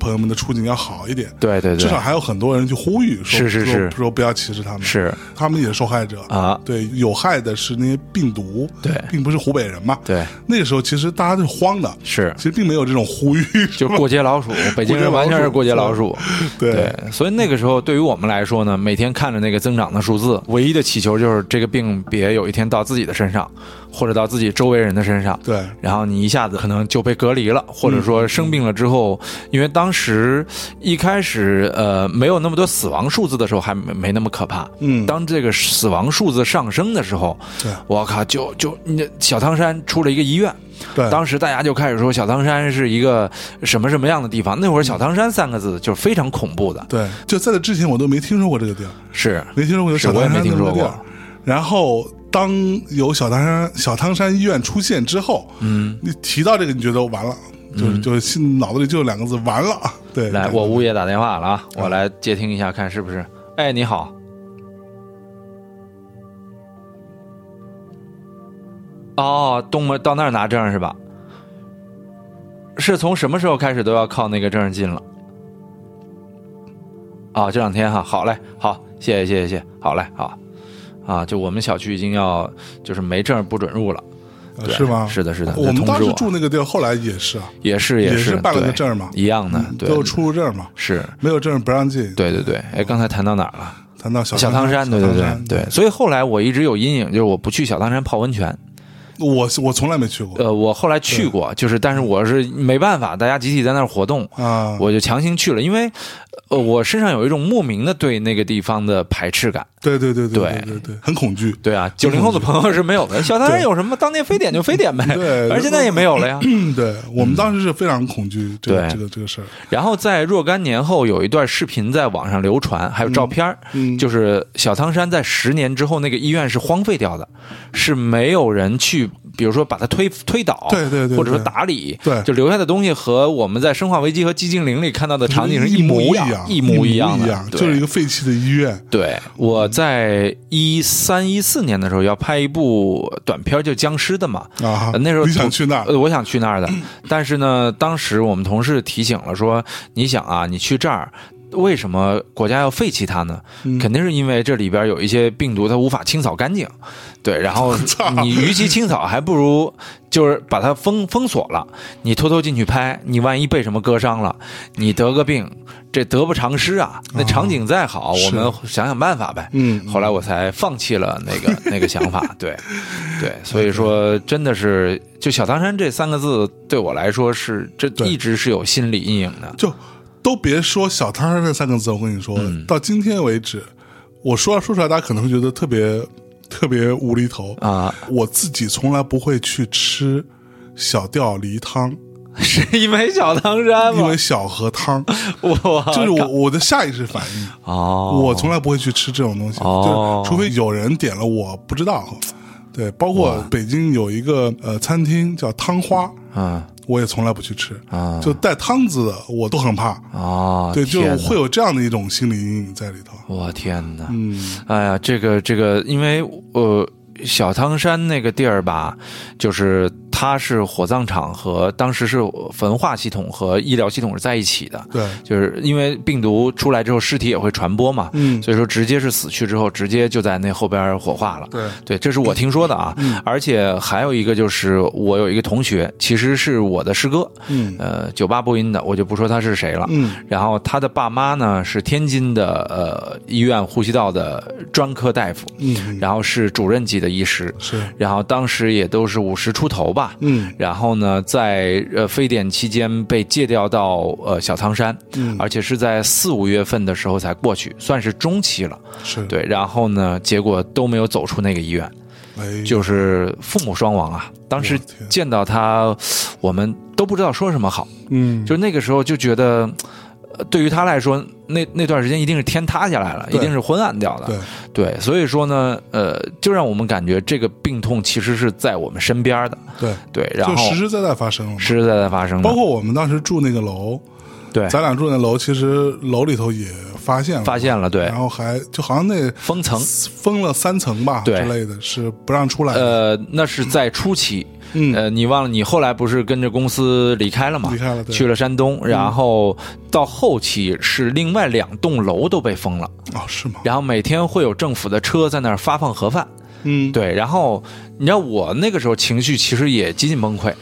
朋友们的处境要好一点。
对对
至
对
少，还有很多人去呼吁说，
是是是
说说不要歧视他们，
是
他们也是受害者。
啊，
对，有害的是那些病毒，
对
并不是湖北人嘛。
对
那时候其实大家是慌的，
是
其，实并没有这种呼吁，
就过街老鼠，北京人完全是过街老鼠。
对
对，所以那个时候对于我们来说呢，每天看着那个增长的数字，唯一的祈求就是这个病别有一天到自己的身上，或者到自己周围人的身上。
对，
然后你一下子可能就被隔离了，或者
嗯
说生病了之后，因为当时一开始呃没有那么多死亡数字的时候还没没那么可怕，
嗯，
当这个死亡数字上升的时候，
对
我靠，就就那小汤山出了一个医院，
对，
当时大家就开始说小汤山是一个什么什么样的地方，那会儿
嗯
小汤山三个字就是非常恐怖的，
对，就在这之前我都没听说过这个地儿，
是
没听说过有
是
小
我
汤
也
山
没听
这么
说
个地儿
过，
然后当有小汤山小汤山医院出现之后，嗯，你提到这个，你觉得完了，就是就是心脑子里就有两个字完了。 对，
嗯来，
对
我物业打电话了啊，
嗯
我来接听一下，看是不是？哎，你好，哦，东门到那儿拿证是吧？是从什么时候开始都要靠那个证进了？啊，这两天哈，好嘞，好，谢谢，谢谢，谢谢，好嘞，好，啊，就我们小区已经要就是没证不准入了，
呃
对
是吗？
是的是的
我
他
们
通
当
知
时
我
住那个地儿，后来也是啊，
也是
也
是
是办了个
对
证嘛嗯
一样的，嗯对
都，有出入证嘛，
是，
没有证不让进。
对对对，哎，刚才谈到哪儿了？
谈到小
小
汤
汤山，
小
对对
汤
对
山
对，所以后来我一直有阴影，就是我不去小汤山泡温泉，
我我从来没去过
呃，我后来去过，就是但是我是没办法，大家集体在那儿活动，
啊，
呃我就强行去了，因为呃，我身上有一种莫名的对那个地方的排斥感。
对对对对
对
对对，很恐惧。
对啊，九零后的朋友是没有的。小唐人有什么？当年非典就非典呗，
对
而现在也没有了呀。
嗯，对我们当时是非常恐惧这个
对
这个这个事儿。
然后在若干年后，有一段视频在网上流传，还有照片儿、
嗯
就是小汤山在十年之后，那个医院是荒废掉的，是没有人去，比如说把它推推倒，
对对对
或者说
对
打理，
对
就留下的东西和我们在《生化危机》和《寂静岭》里看到的场景是
一
模
一
样，
一
模
一
样的，对
就是一个废弃的医院。
对，我在一三一四年的时候要拍一部短片，就是僵尸的嘛。
啊
呃，那时候
你想去那儿
呃，我想去那儿的，但是呢，当时我们同事提醒了说，你想啊，你去这儿。为什么国家要废弃它呢？肯定是因为这里边有一些病毒，它无法清扫干净。对，然后
操
你与其清扫，还不如就是把它封封锁了。你偷偷进去拍，你万一被什么割伤了，你得个病，这得不偿失啊！那场景再好，我们想想办法呗。
嗯
后来我才放弃了那个那个想法。对，对，所以
嗯
说真的是，就小汤山这三个字对我来说是这
对
一直是有心理阴影的。
就都别说“小摊儿”这三个字，我跟你说，
嗯
到今天为止，我说说出来，大家可能会觉得特别特别无厘头
啊！
我自己从来不会去吃小吊梨汤，
是因为小汤山
因
吗
为？小河 汤，
我
就是我我的下意识反应，
哦，
我从来不会去吃这种东西，
哦
就是除非有人点了我不知道。对，包括北京有一个呃餐厅叫汤花，
嗯
我也从来不去吃，
啊
就带汤字的我都很怕。
哦，
对，就
天哪
会有这样的一种心理阴影在里头。
我天哪！
嗯，
哎呀，这个这个，因为呃，小汤山那个地儿吧，就是它是火葬场和当时是焚化系统和医疗系统是在一起的，
对，
就是因为病毒出来之后，尸体也会传播嘛，
嗯，
所以说直接是死去之后，直接就在那后边火化了。
对，
对，这是我听说的啊，
嗯
而且还有一个就是，我有一个同学，其实是我的师哥，
嗯
呃，九八播音的，我就不说他是谁了。
嗯
然后他的爸妈呢是天津的呃医院呼吸道的专科大夫，
嗯，
然后是主任级的医师，
是，
然后当时也都是五十出头吧。
嗯
然后呢，在呃非典期间被借调到呃小汤山，
嗯，
而且是在四五月份的时候才过去，算是中期了。
是，
对，然后呢，结果都没有走出那个医院，
哎，
就是父母双亡啊。当时
我天
见到他，我们都不知道说什么好。
嗯，
就那个时候就觉得，呃对于他来说，那那段时间一定是天塌下来了，
对
一定是昏暗掉的。
对，
对所以说呢，呃，就让我们感觉这个病痛其实是在我们身边的，
对，
对，然
就
后
实实在在发生了嘛。
实实在在发生的
包，括我们当时住那个楼，
对，
咱俩住那楼，其实楼里头也发现了，
发，现了，对
然，后还就好像那
封层，
封了三层吧之
对
类的，是不让出来的。
呃，那是在初期，
嗯
呃，你忘了你后来不是跟着公司离开了吗？
离开了对嗯
去了山东，然后到后期是另外两栋楼都被封了，
哦，是吗？
然后每天会有政府的车在那儿发放盒饭，
嗯，
对，然后你知道我那个时候情绪其实也接近崩溃，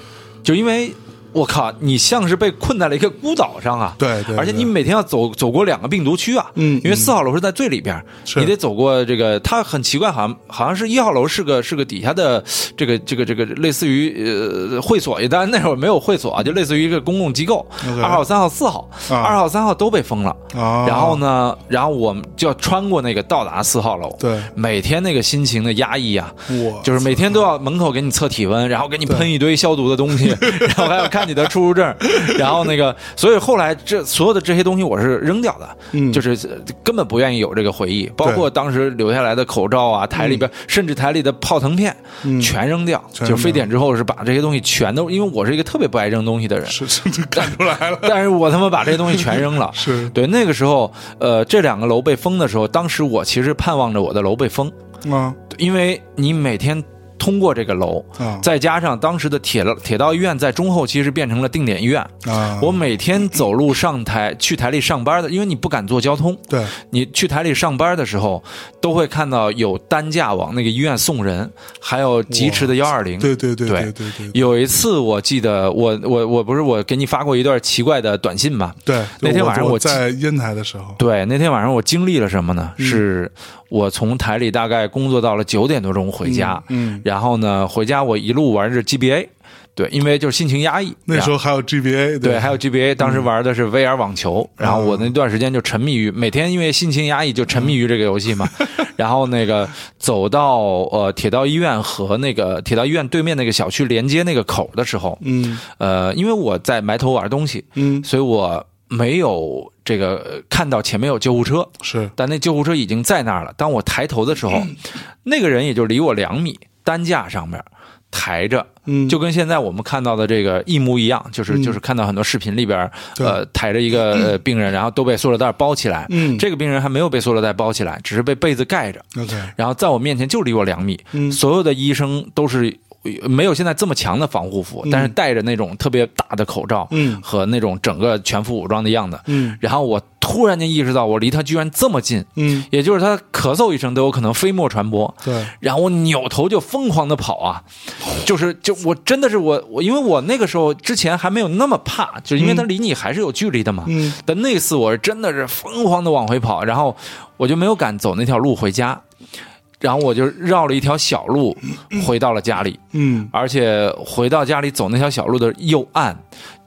就因为我靠，你像是被困在了一个孤岛上啊。
对对，
而且你
对
每天要走走过两个病毒区啊，
嗯
因为四号楼是在最里边，
是
你得走过这个，它很奇怪，好像好像是一号楼是个是个底下的这个这个这个类似于呃会所，当然那会儿没有会所啊，就类似于一个公共机构，
OK
二号、三号、四号，
啊
二号、三号都被封了，
啊，
然后呢，然后我们就要穿过那个到达四号楼，
对
每天那个心情的压抑啊，
我
就是每天都要门口给你测体温，然后给你喷一堆消毒的东 西，然后还要看你的出入证，然后那个，所以后来这所有的这些东西我是扔掉的，
嗯
就是呃根本不愿意有这个回忆，包括当时留下来的口罩啊，台里边、甚至台里的泡腾片、全扔掉，
嗯全扔掉
就非典之后是把这些东西全都，因为我是一个特别不爱扔东西 的人，
是是是看出 来了，，
但是我他妈把这些东西全扔了
是
对，那个时候，呃，这两个楼被封的时候，当时我其实盼望着我的楼被封，
啊
因为你每天通过这个楼，
啊
再加上当时的铁了铁道医院在中后期是变成了定点医院，
啊，
我每天走路上台去台里上班的，因为你不敢坐交通，
对
你去台里上班的时候，都会看到有担架往那个医院送人，还有疾驰的幺二零，
对对对
对
对对对
有一次我记得我我我不是我给你发过一段奇怪的短信吗？
对，
那天晚上
我
我
在烟台的时候，嗯
对，那天晚上我经历了什么呢？是我从台里大概工作到了九点多钟回家，
嗯，
然后呢，回家我一路玩着 GBA，对，因为就是心情压抑，
那时候还嗯有 GBA，
啊对，还有 GBA，当时玩的是 VR 网球，
嗯
然后我那段时间就沉迷于每天因为心情压抑就沉迷于这个游 戏嘛，然后那个走到呃铁道医院和那个铁道医院对面那个小区连接那个口的时候，
嗯
呃，因为我在埋头玩东西，
嗯
所以我没有这个呃看到前面有救护车，
是
但那救护车已经在那儿了。当我抬头的时候，
嗯
那个人也就离我两米，担架上面抬着，
嗯
就跟现在我们看到的这个一模一样，就是
嗯
就是看到很多视频里边，
对
呃，抬着一个呃病人，然后都被塑料袋包起来。
嗯
这个病人还没有被塑料袋包起来，只是被被子盖着，
OK
然后在我面前就离我两米。
嗯
所有的医生都是呃没有现在这么强的防护服，
嗯
但是戴着那种特别大的口罩
嗯
和那种整个全副武装的样子。
嗯
然后我突然间意识到，我离他居然这么近，
嗯
也就是他咳嗽一声都有可能飞沫传播。
对
然后我扭头就疯狂的跑啊，就是就我真的是我我因为我那个时候之前还没有那么怕，就是因为他离你还是有距离的嘛。
嗯
但那次我是真的是疯狂的往回跑，然后我就没有敢走那条路回家，然后我就绕了一条小路回到了家里，
嗯
而且回到家里走那条小路的右岸，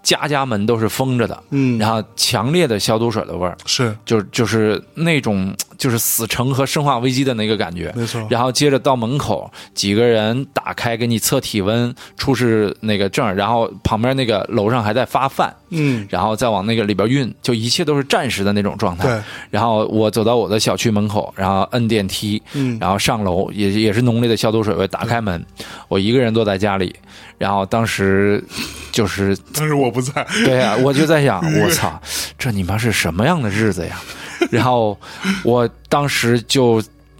家家门都是封着的，
嗯，
然后强烈的消毒水的味儿，
是
就就是那种就是死城和生化危机的那个感觉。
没错，
然后接着到门口，几个人打开给你测体温、出示那个证儿，然后旁边那个楼上还在发饭，
嗯
然后再往那个里边运，就一切都是暂时的那种状态。
对，
然后我走到我的小区门口，然后摁电梯，
嗯
然后上楼也也是浓烈的消毒水味，打开门，我一个人坐在家里，然后当时就是
但是我不在，
对呀、我就在想，
嗯
我操，这你妈是什么样的日子呀？ 然后我当时就。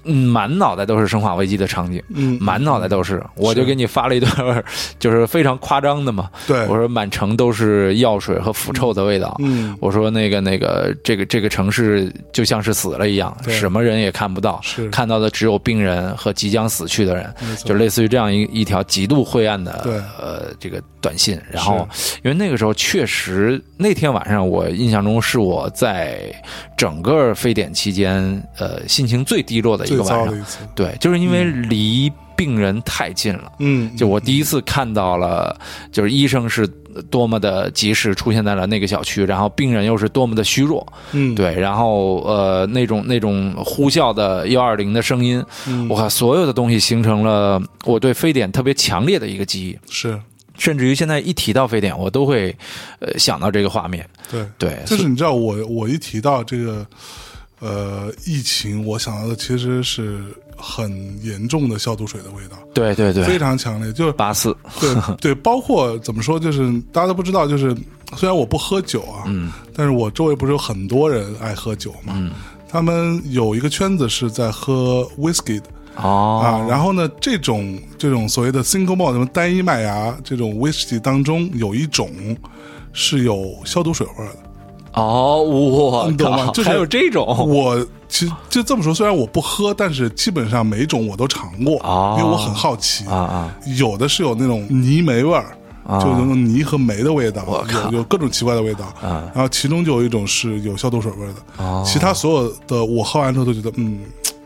嗯满脑袋都是生化危机的场景，
嗯
满脑袋都是，我就给你发了一段儿，就是非常夸张的嘛。
对
我，说满城都是药水和腐臭的味道。
嗯
我说那个那个，这个这个城市就像是死了一样，
对
什么人也看不到，
是
看到的只有病人和即将死去的人，
没错
就类似于这样一一条极度晦暗的
对
呃这个短信。然后因为那个时候确实那天晚上我印象中是我在整个非典期间呃心情最低落的一
最
个晚
糟
上
的。一次，
对，就是因为离病人太近了。
嗯
就我第一次看到了，就是医生是多么的及时出现在了那个小区，然后病人又是多么的虚弱，
嗯
对，然后呃那种那种呼啸的幺二零的声音，
嗯
我靠，所有的东西形成了我对非典特别强烈的一个记忆，
是
甚至于现在一提到非典，我都会呃想到这个画面，
对，
对，
就
所
是
以
你知道我我一提到这个呃疫情，我想到的其实是很严重的消毒水的味道，
对对
非
对，
常强烈，就是
八四，
对对，包括怎么说，就是大家都不知道，就是虽然我不喝酒啊，
嗯
但是我周围不是有很多人爱喝酒嘛，他们有一个圈子是在喝 whisky 的。啊，
哦，
然后呢，这种这种所谓的 single malt 什么单一麦芽这种 whisky 当中，有一种是有消毒水味儿的。
哦，我
啊你懂吗
靠
就是
还有这种，
我其实就这么说，虽然我不喝，但是基本上每种我都尝过，
哦
因为我很好奇。
啊啊。
有的是有那种泥煤味儿，
啊
就有那种泥和煤的味道，
我靠
有有各种奇怪的味道。
啊
然后其中就有一种是有消毒水味儿的，
哦
其他所有的我喝完之后都觉得嗯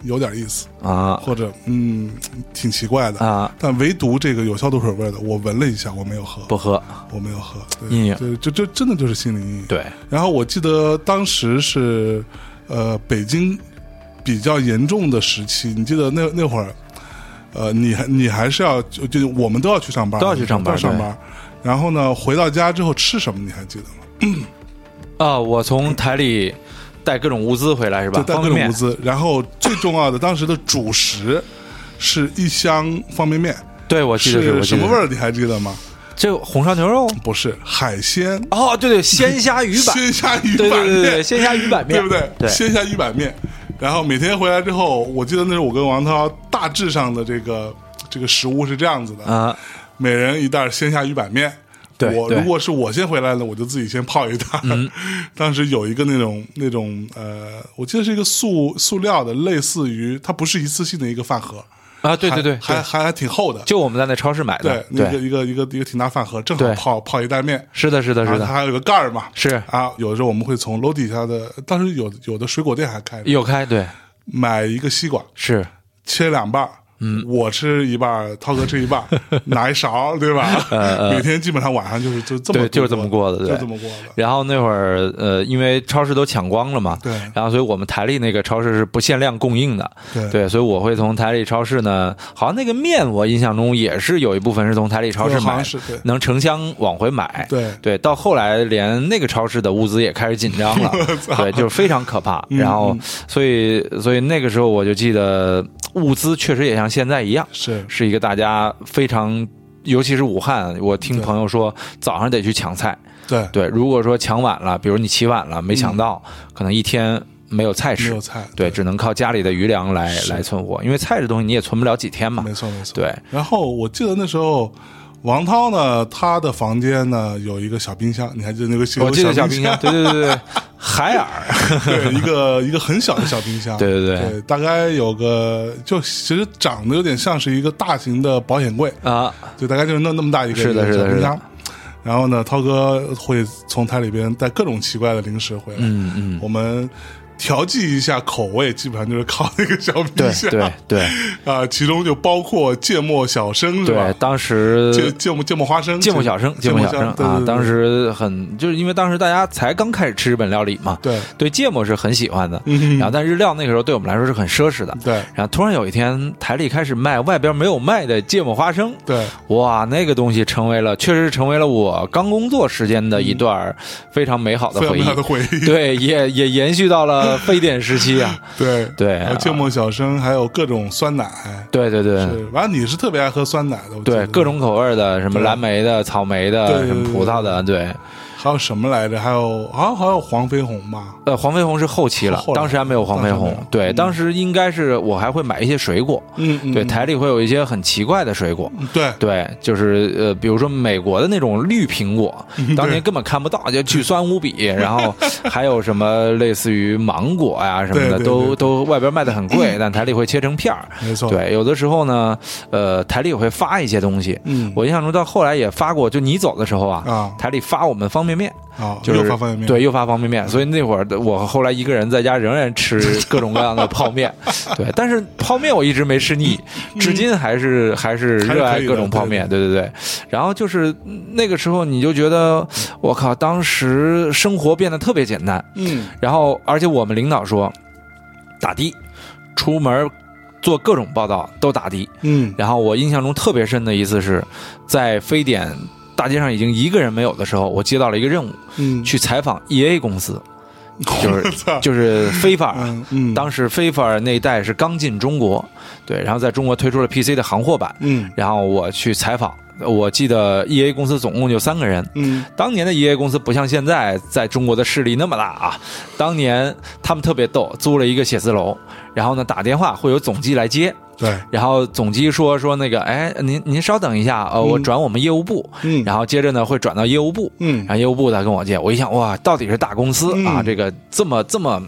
有点意思，
啊
或者嗯挺奇怪的。
啊！
但唯独这个有消毒水味儿的，我闻了一下，我没有喝，
不喝，
我没有喝，对
阴影
对，就就真的就是心理阴影。
对，
然后我记得当时是，呃，北京比较严重的时期，你记得那那会儿，呃，你还你还是要就就我们都要去上班，
都要去上班
都上班。然后呢，回到家之后吃什么你还记得吗？
啊，我从台里带各种物资回来是吧
就？带
方
各
便
种物
面
资。然后最重要的，当时的主食是一箱方便面，
对，我记得我
是
记
什
得
么
是
味？儿你还记得吗？
这红烧牛肉？
不是海鲜
哦，对 对，鲜虾鱼板，
鲜虾鱼
对对
板
对对对，
面，
鲜虾鱼板面，
对不对？
对
鲜虾鱼板面。然后每天回来之后，我记得那是我跟王涛大致上的这个这个食物是这样子的，
啊，
每人一袋鲜虾鱼板面。
对
我
对嗯
如果是我先回来了，我就自己先泡一袋。 当时有一个那种那种呃，我记得是一个塑塑料的，类似于它不是一次性的一个饭盒，
啊，对对对，
还还
对
还还挺厚的，
就我们在那超市买的
对，，那个
对，
一个一个一个挺大饭盒，正好
对
泡泡一袋面，
是的，是的，
然
是
后啊它
的，
还有个盖儿嘛，
是
啊，有的时候我们会从楼底下的，当时有有的水果店还开着，
有开对，
买一个西瓜，
是
切两半儿，嗯，我吃一半儿，涛哥吃一半儿， 拿一勺，对吧？每天基本上晚上就是就这么
嗯对就是这么过的
就
对
这么过的。
然后那会儿，呃，因为超市都抢光了嘛，
对
然后所以我们台历那个超市是不限量供应的，
对
对，所以我会从台历超市呢，好像那个面我印象中也是有一部分是从台历超市
对好
买
像，是对
能成箱往回买，
对
对，到后来连那个超市的物资也开始紧张 了，对，就是非常可怕。
嗯
然后，所以所以那个时候我就记得物资确实也像现在一样，
是
是一个大家非常。尤其是武汉，我听
对
朋友说早上得去抢菜，
对，
对，如果说抢晚了，比如你起晚了没抢到，可能一天没有菜
嗯没
吃
有，菜，
对，只能靠家里的余粮来
是
来存活，因为菜这东西你也存不了几天嘛
没。错没错。
对，
然后我记得那时候。王涛呢？他的房间呢有一个小冰箱，你还记得那个
我记得小冰
冰
箱，对对对对，海 尔，
对，一个一个很小的小冰 箱，
对对对
对，大概有个就其实长得有点像是一个大型的保险柜，
啊，
就大概就是那那么大一个
是的
一
是
个
的
小冰
是的
箱。然后呢，涛哥会从它里边带各种奇怪的零食回来，
嗯嗯，
我们调剂一下口味，基本上就是靠那个小
对
冰箱。
对对
啊、其中就包括芥末小生是吧
对，？当
芥
时
芥末芥末花生，
芥末小生，芥
芥
末
末
小生
对对
啊
对，
当时很就是因为当时大家才刚开始吃日本料理嘛，
对
对芥末是很喜欢的，
嗯
然后但日料那个时候对我们来说是很奢侈的，
对
然后突然有一天台里开始卖外边没有卖的芥末花生，
对
哇，那个东西成为了，确实成为了我刚工作时间的一段儿非常美好的
非常
回
美
忆。
好的回忆，
对，也也延续到了非典时期啊。
对
对
还有芥末小生，还有各种酸奶。
对对对
对，完了你是特别爱喝酸奶的，我记
嗯对，
得
各种口味的，什么
对啊
蓝莓的、草莓
对
的、
对
什么葡萄的，对。
还有什么来着？还有好像还有黄飞鸿吧？
呃，黄飞鸿是后期了
后，来
当时还没有黄飞
当时
鸿
没有。
对，
嗯
当时应该是我还会买一些水果，
嗯，嗯
对，台里会有一些很奇怪的水果。
嗯对
对，就是呃，比如说美国的那种绿苹 果，当年根本看不到，就巨酸无比。然后还有什么类似于芒果呀、什么
对
的，
对
都都外边卖的很 贵，但台里会切成片儿。
没错，，
对，有的时候呢，呃，台里也会发一些东西。
嗯，
我印象中到后来也发过，就你走的时候啊，
啊
台里发我们方便面，
啊，
就是
又发方便面，
对，又发方便面。所以那会儿的我后来一个人在家仍然 吃各种各样的泡面，对，但是泡面我一直没吃腻，至今还是还是
嗯还是
热
可
爱
以的
各种泡面，对对对。然后就是嗯那个时候你就觉得，我靠，当时生活变得特别简单。
嗯，
然后而且我们领导说，打的，出门做各种报道都打的。
嗯
然后我印象中特别深的一次是在非典。大街上已经一个人没有的时候，我接到了一个任务，
嗯，
去采访 EA 公 司，就是
我操，
就是非法。
嗯嗯，
当时非法那一代是刚进中国，对，然后在中国推出了 PC 的行货版，
嗯
然后我去采访。我记得 EA 公司总共就三个人，
嗯
当年的 EA 公司不像现在在中国的势力那么大啊。当年他们特别逗，租了一个写字楼，然后呢打电话会有总机来接，
对，
然后总机说说那个，哎，您您稍等一下，呃，我
嗯
转我们业务部，
嗯
然后接着呢会转到业务部，
嗯
然后业务部的跟我借，我一想哇，到底是大公司啊，
嗯
这个这么这么。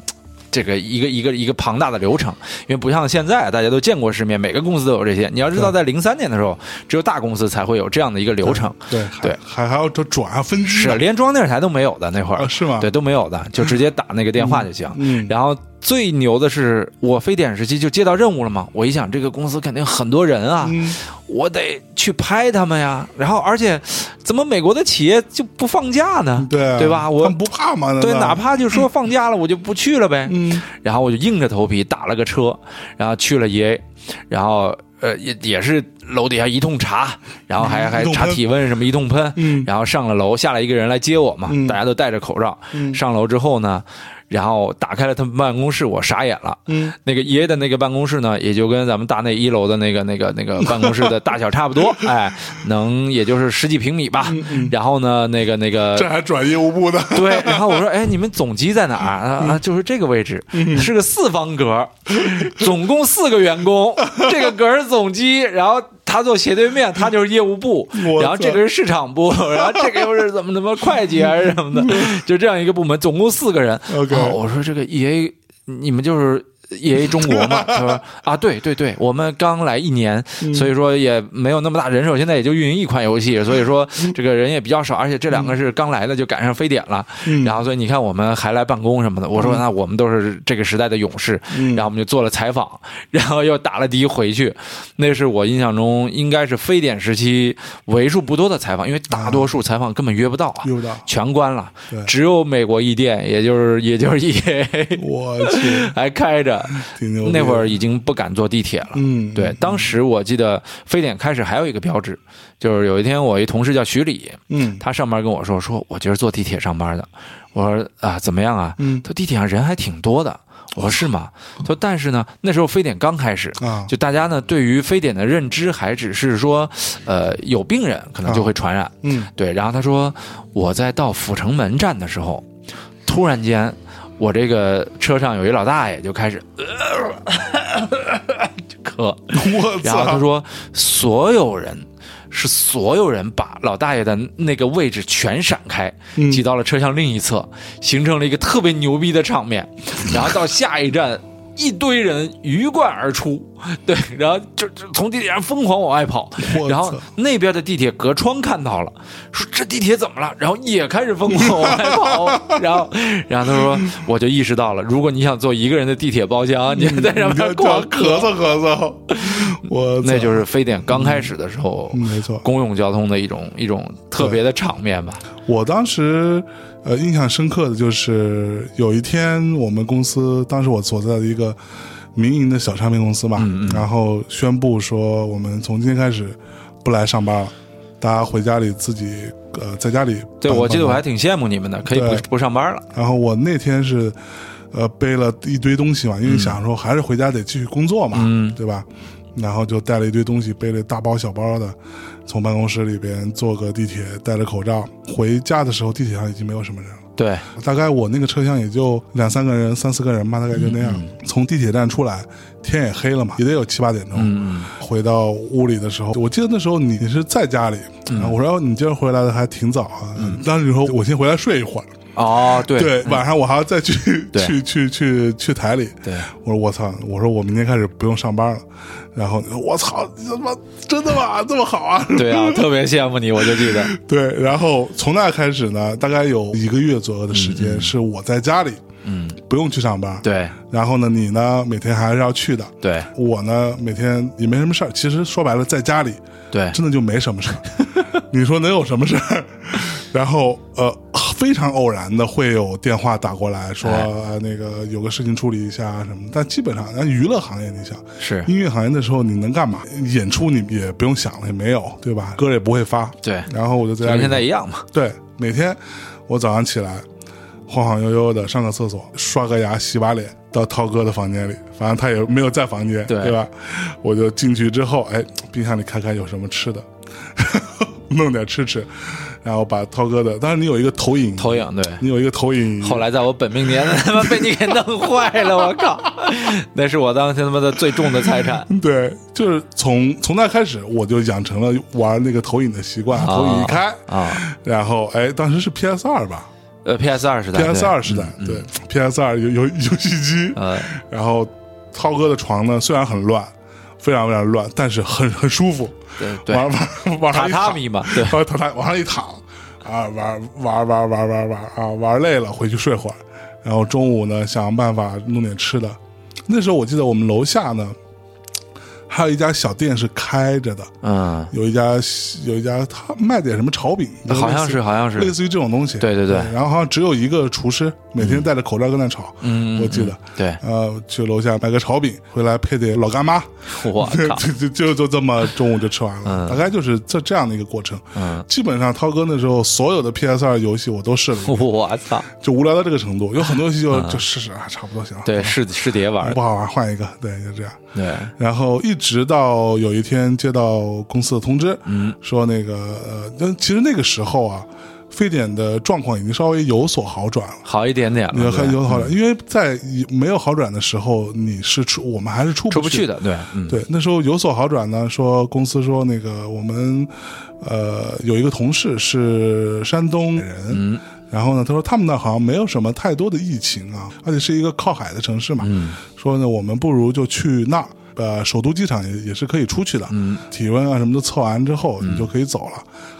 这个一个一个一个庞大的流程，因为不像现在大家都见过世面，每个公司都有这些。你要知道，在零三年的时候，只有大公司才会有这样的一个流程，
对
对
还还要这转啊分支
是
呢
连中央电视台都没有的那会
啊
儿，
是吗？
对都没有的，就直接打那个电话就行。
嗯，
然后最牛的是，我非典时期就接到任务了嘛，我一想这个公司肯定很多人啊，
嗯
我得去拍他们呀。然后而且，怎么美国的企业就不放假呢？
对啊
对吧我
他们不怕吗？难
对，
道
哪怕就说放假了，我就不去了呗。
嗯
然后我就硬着头皮打了个车，然后去了 EA，然后呃也也是楼底下一通查，然后还
嗯
还
一通
查
喷
体温什么一通喷，
嗯
然后上了楼，下来一个人来接我嘛，
嗯
大家都戴着口罩。
嗯
上楼之后呢，然后打开了他们办公室，我傻眼了。
嗯
那个 EA 的那个办公室呢，也就跟咱们大内一楼的那个那个那个办公室的大小差不 多，哎，能也就是十几平米吧。
嗯嗯，
然后呢，那个那个
这还转业务部 的，
对，然后我说，哎，你们总机在哪儿
嗯
啊？啊，就是这个位置，是个四方格，总共四个员 工，这个格是总机，然后他坐斜对面，他就是业务部
我，
然后这
操
个是市场部，然后这个又是怎么怎么会计啊 什么的，就这样一个部门，总共四个人。
OK
哦我说这个 EA，你们就是。也 A 中国 嘛，他说啊，对对对，我们刚来一年，
嗯
所以说也没有那么大人手，现在也就运营一款游戏，所以说这个人也比较少，而且这两个是刚来的就赶上非典了，
嗯
然后所以你看我们还来办公什么的，我说那我们都是这个时代的勇士，
嗯
然后我们就做了采访，然后又打了的回去，那是我印象中应该是非典时期为数不多的采访，因为大
啊
多数采访根本约不到啊，
遇不到，
全关了
对，
只有美国易店，也就是 也就是 E A
我去，
还开着，
挺牛逼的。
那会儿已经不敢坐地铁了。
嗯，
对，当时我记得非典开始还有一个标志，就是有一天我一同事叫徐礼，
嗯
他上班跟我说，说我今儿坐地铁上班的，我说啊怎么样啊？
嗯
他说地铁上人还挺多的，我说是吗？他说但是呢，那时候非典刚开始，
啊，
就大家呢对于非典的认知还只是说，呃有病人可能就会传染，
嗯
对，然后他说我在到阜成门站的时候，突然间我这个车上有一老大爷就开始，呃、 就咳，
我
然后
操，
他说所有人。是所有人把老大爷的那个位置全闪开，
嗯
挤到了车厢另一侧，形成了一个特别牛逼的场面。然后到下一站，一堆人鱼贯而出，对，然后就就从地铁上疯狂往外跑
我，
然后
操
那边的地铁隔窗看到了，说这地铁怎么了？然后也开始疯 狂往外跑，然后然后他说我就意识到了，如果你想坐一个人的地铁包厢，你在上
嗯你这
面
这
狂
咳嗽 咳嗽，我操
那就是非典刚开始的时候，
嗯没错。
公用交通的一种
嗯
一种特别的场面吧。
我当时呃印象深刻的就是有一天我们公司，当时我所在的一个民营的小唱片公司嘛，
嗯
然后宣布说我们从今天开始不来上班了，大家回家里自己呃在家里办。
对，我记得我
办
还挺羡慕你们的，可以
对
不不上班了。
然后我那天是，呃，背了一堆东西嘛，因为想说还是回家得继续工作嘛，
嗯
对吧？然后就带了一堆东西，背了大包小包的，从办公室里边坐个地铁，戴着口罩回家的时候，地铁上已经没有什么人了。
对，
大概我那个车厢也就两三个人、三四个人吧，大概就那
嗯
样。从地铁站出来，天也黑了嘛，也得有七八点钟。
嗯，
回到屋里的时候，我记得那时候你是在家里，
嗯
然后我说哎你今儿回来的还挺早啊。当时你说我先回来睡一会儿，
哦，对
对，晚上我还要再去
对
去去去去台里。
对
我说我操，我说我明天开始不用上班了。然后我操，你他妈真的吗？这么好啊？
对啊，特别羡慕你，我就记得，
对。然后从那开始呢，大概有一个月左右的时间是我在家里，
嗯，
不用去上班。。
对
然后呢，你呢每天还是要去的。
对
我呢每天也没什么事儿，其实说白了，在家里
对，
真的就没什么事 儿。你说能有什么事儿？然后呃，非常偶然的会有电话打过来说、
哎
呃那个有个事情处理一下什么，但基本上，那娱乐行业你想，
是，
音乐行业的时候你能干嘛？演出你也不用想了，也没有对吧？歌也不会发，
对，
然后我就
就
在家
跟
里
现在一样嘛。
对，每天我早上起来晃晃悠悠的上个厕所，刷个牙，洗把脸，到涛哥的房间里，反正他也没有在房间，对
对
吧？我就进去之后，哎，冰箱里看看有什么吃的， 弄点吃吃，然后把涛哥的，当然你有一个投影，
投影对。
你有一个投影，
后来在我本命年，他妈被你给弄坏了，我靠！那是我当时他妈的最重的财产。
对，就是从从那开始，我就养成了玩那个投影的习惯，
啊
投影一开，
啊，
然后哎，当时是 PS 二吧
呃，PS 二时代
，PS 二时代，，
对
对、PS 二游游游戏机，
嗯
然后涛哥的床呢，虽然很乱，非常非常乱，但是很很舒服。
呃，对对，
往往往上
榻
一躺
榻，米嘛，对，
往榻榻往上一躺，啊，玩玩玩玩玩玩啊，玩累了回去睡会儿，然后中午呢想办法弄点吃的。那时候我记得我们楼下呢，还有一家小店是开着的，
嗯，
有一家有一家他卖点什么炒饼，
好像是，好像是
类，似于这种东西。
对对对
然后好像只有一个厨师，每天戴着口罩跟那炒。
嗯，
我记得
嗯，对，
呃，去楼下买个炒饼，回来配点老干妈，
我靠，
就就就就这么中午就吃完了，
嗯
大概就是这这样的一个过程。
嗯，
基本上涛哥那时候所有的 PS 二游戏我都试了一遍，
我操，
就无聊到这个程度，有很多游戏就就试试啊，差不多行了，
嗯
哎
对，试试碟玩儿，
不好玩换一个，对，就这样。
对，
然后一直到有一天接到公司的通知，嗯，说那个呃，但其实那个时候啊，非典的状况已经稍微有所好转了。
好一点点了，啊对
有
嗯
很有好转，因为在没有好转的时候，你是出我们还是出
出
不
不去的，对，嗯，
对，那时候有所好转呢。说公司说
嗯
那个我们，呃，有一个同事是山东人，然后呢，他说他们那好像没有什么太多的疫情啊，而且是一个靠海的城市嘛。嗯、说呢，我们不如就去那儿，呃，首都机场也也是可以出去的。嗯、体温啊什么都测完之
嗯
后，你就可以走了。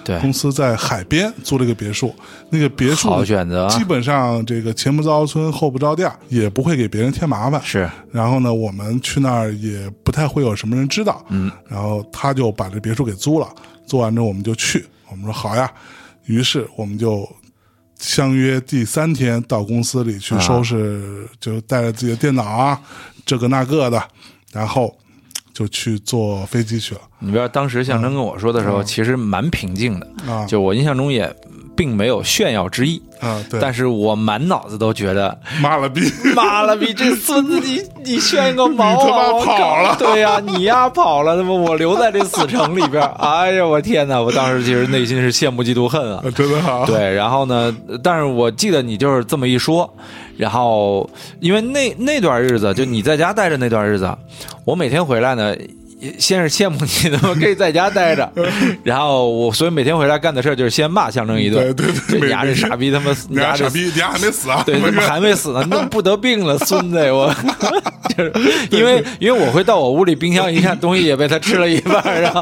对，
公司在海边租了一个别墅，那个别墅呢
好选择啊
基本上这个前不着村后不着店儿，也不会给别人添麻烦。
是
然后呢，我们去那儿也不太会有什么人知道。嗯，然后他就把这别墅给租了，租完之后我们就去，我们说好呀，于是我们就相约第三天到公司里去收拾，就带着自己的电脑啊，这个那个的，然后就去坐飞机去了。
你知道当时象征跟我说的时候，其实蛮平静的，
嗯啊
就我印象中也并没有炫耀之意，
啊，对，
但是我满脑子都觉得，
妈了逼，
妈了逼，这孙子你你炫个毛
你他妈
啊！我靠
跑 了
对呀、你呀跑了，那么我留在这死城里边儿，哎呀，我天哪！我当时其实内心是羡慕嫉妒恨 啊。
真的好。
对，然后呢？但是我记得你就是这么一说，然后因为那那段日子，就你在家待着那段日子，我每天回来呢，也先是羡慕你怎么可以在家待 着，然后我所以每天回来干的事儿就是先骂象征一顿，
对对对
这丫这
每天
傻逼他 妈，
你俩
丫这
傻逼，你俩还没死啊？
对，
没
怎么
事
还没死呢？那不得病了，孙子！ 我就是因为因为我会到我屋里冰箱一看，东西也被他吃了一半儿，然后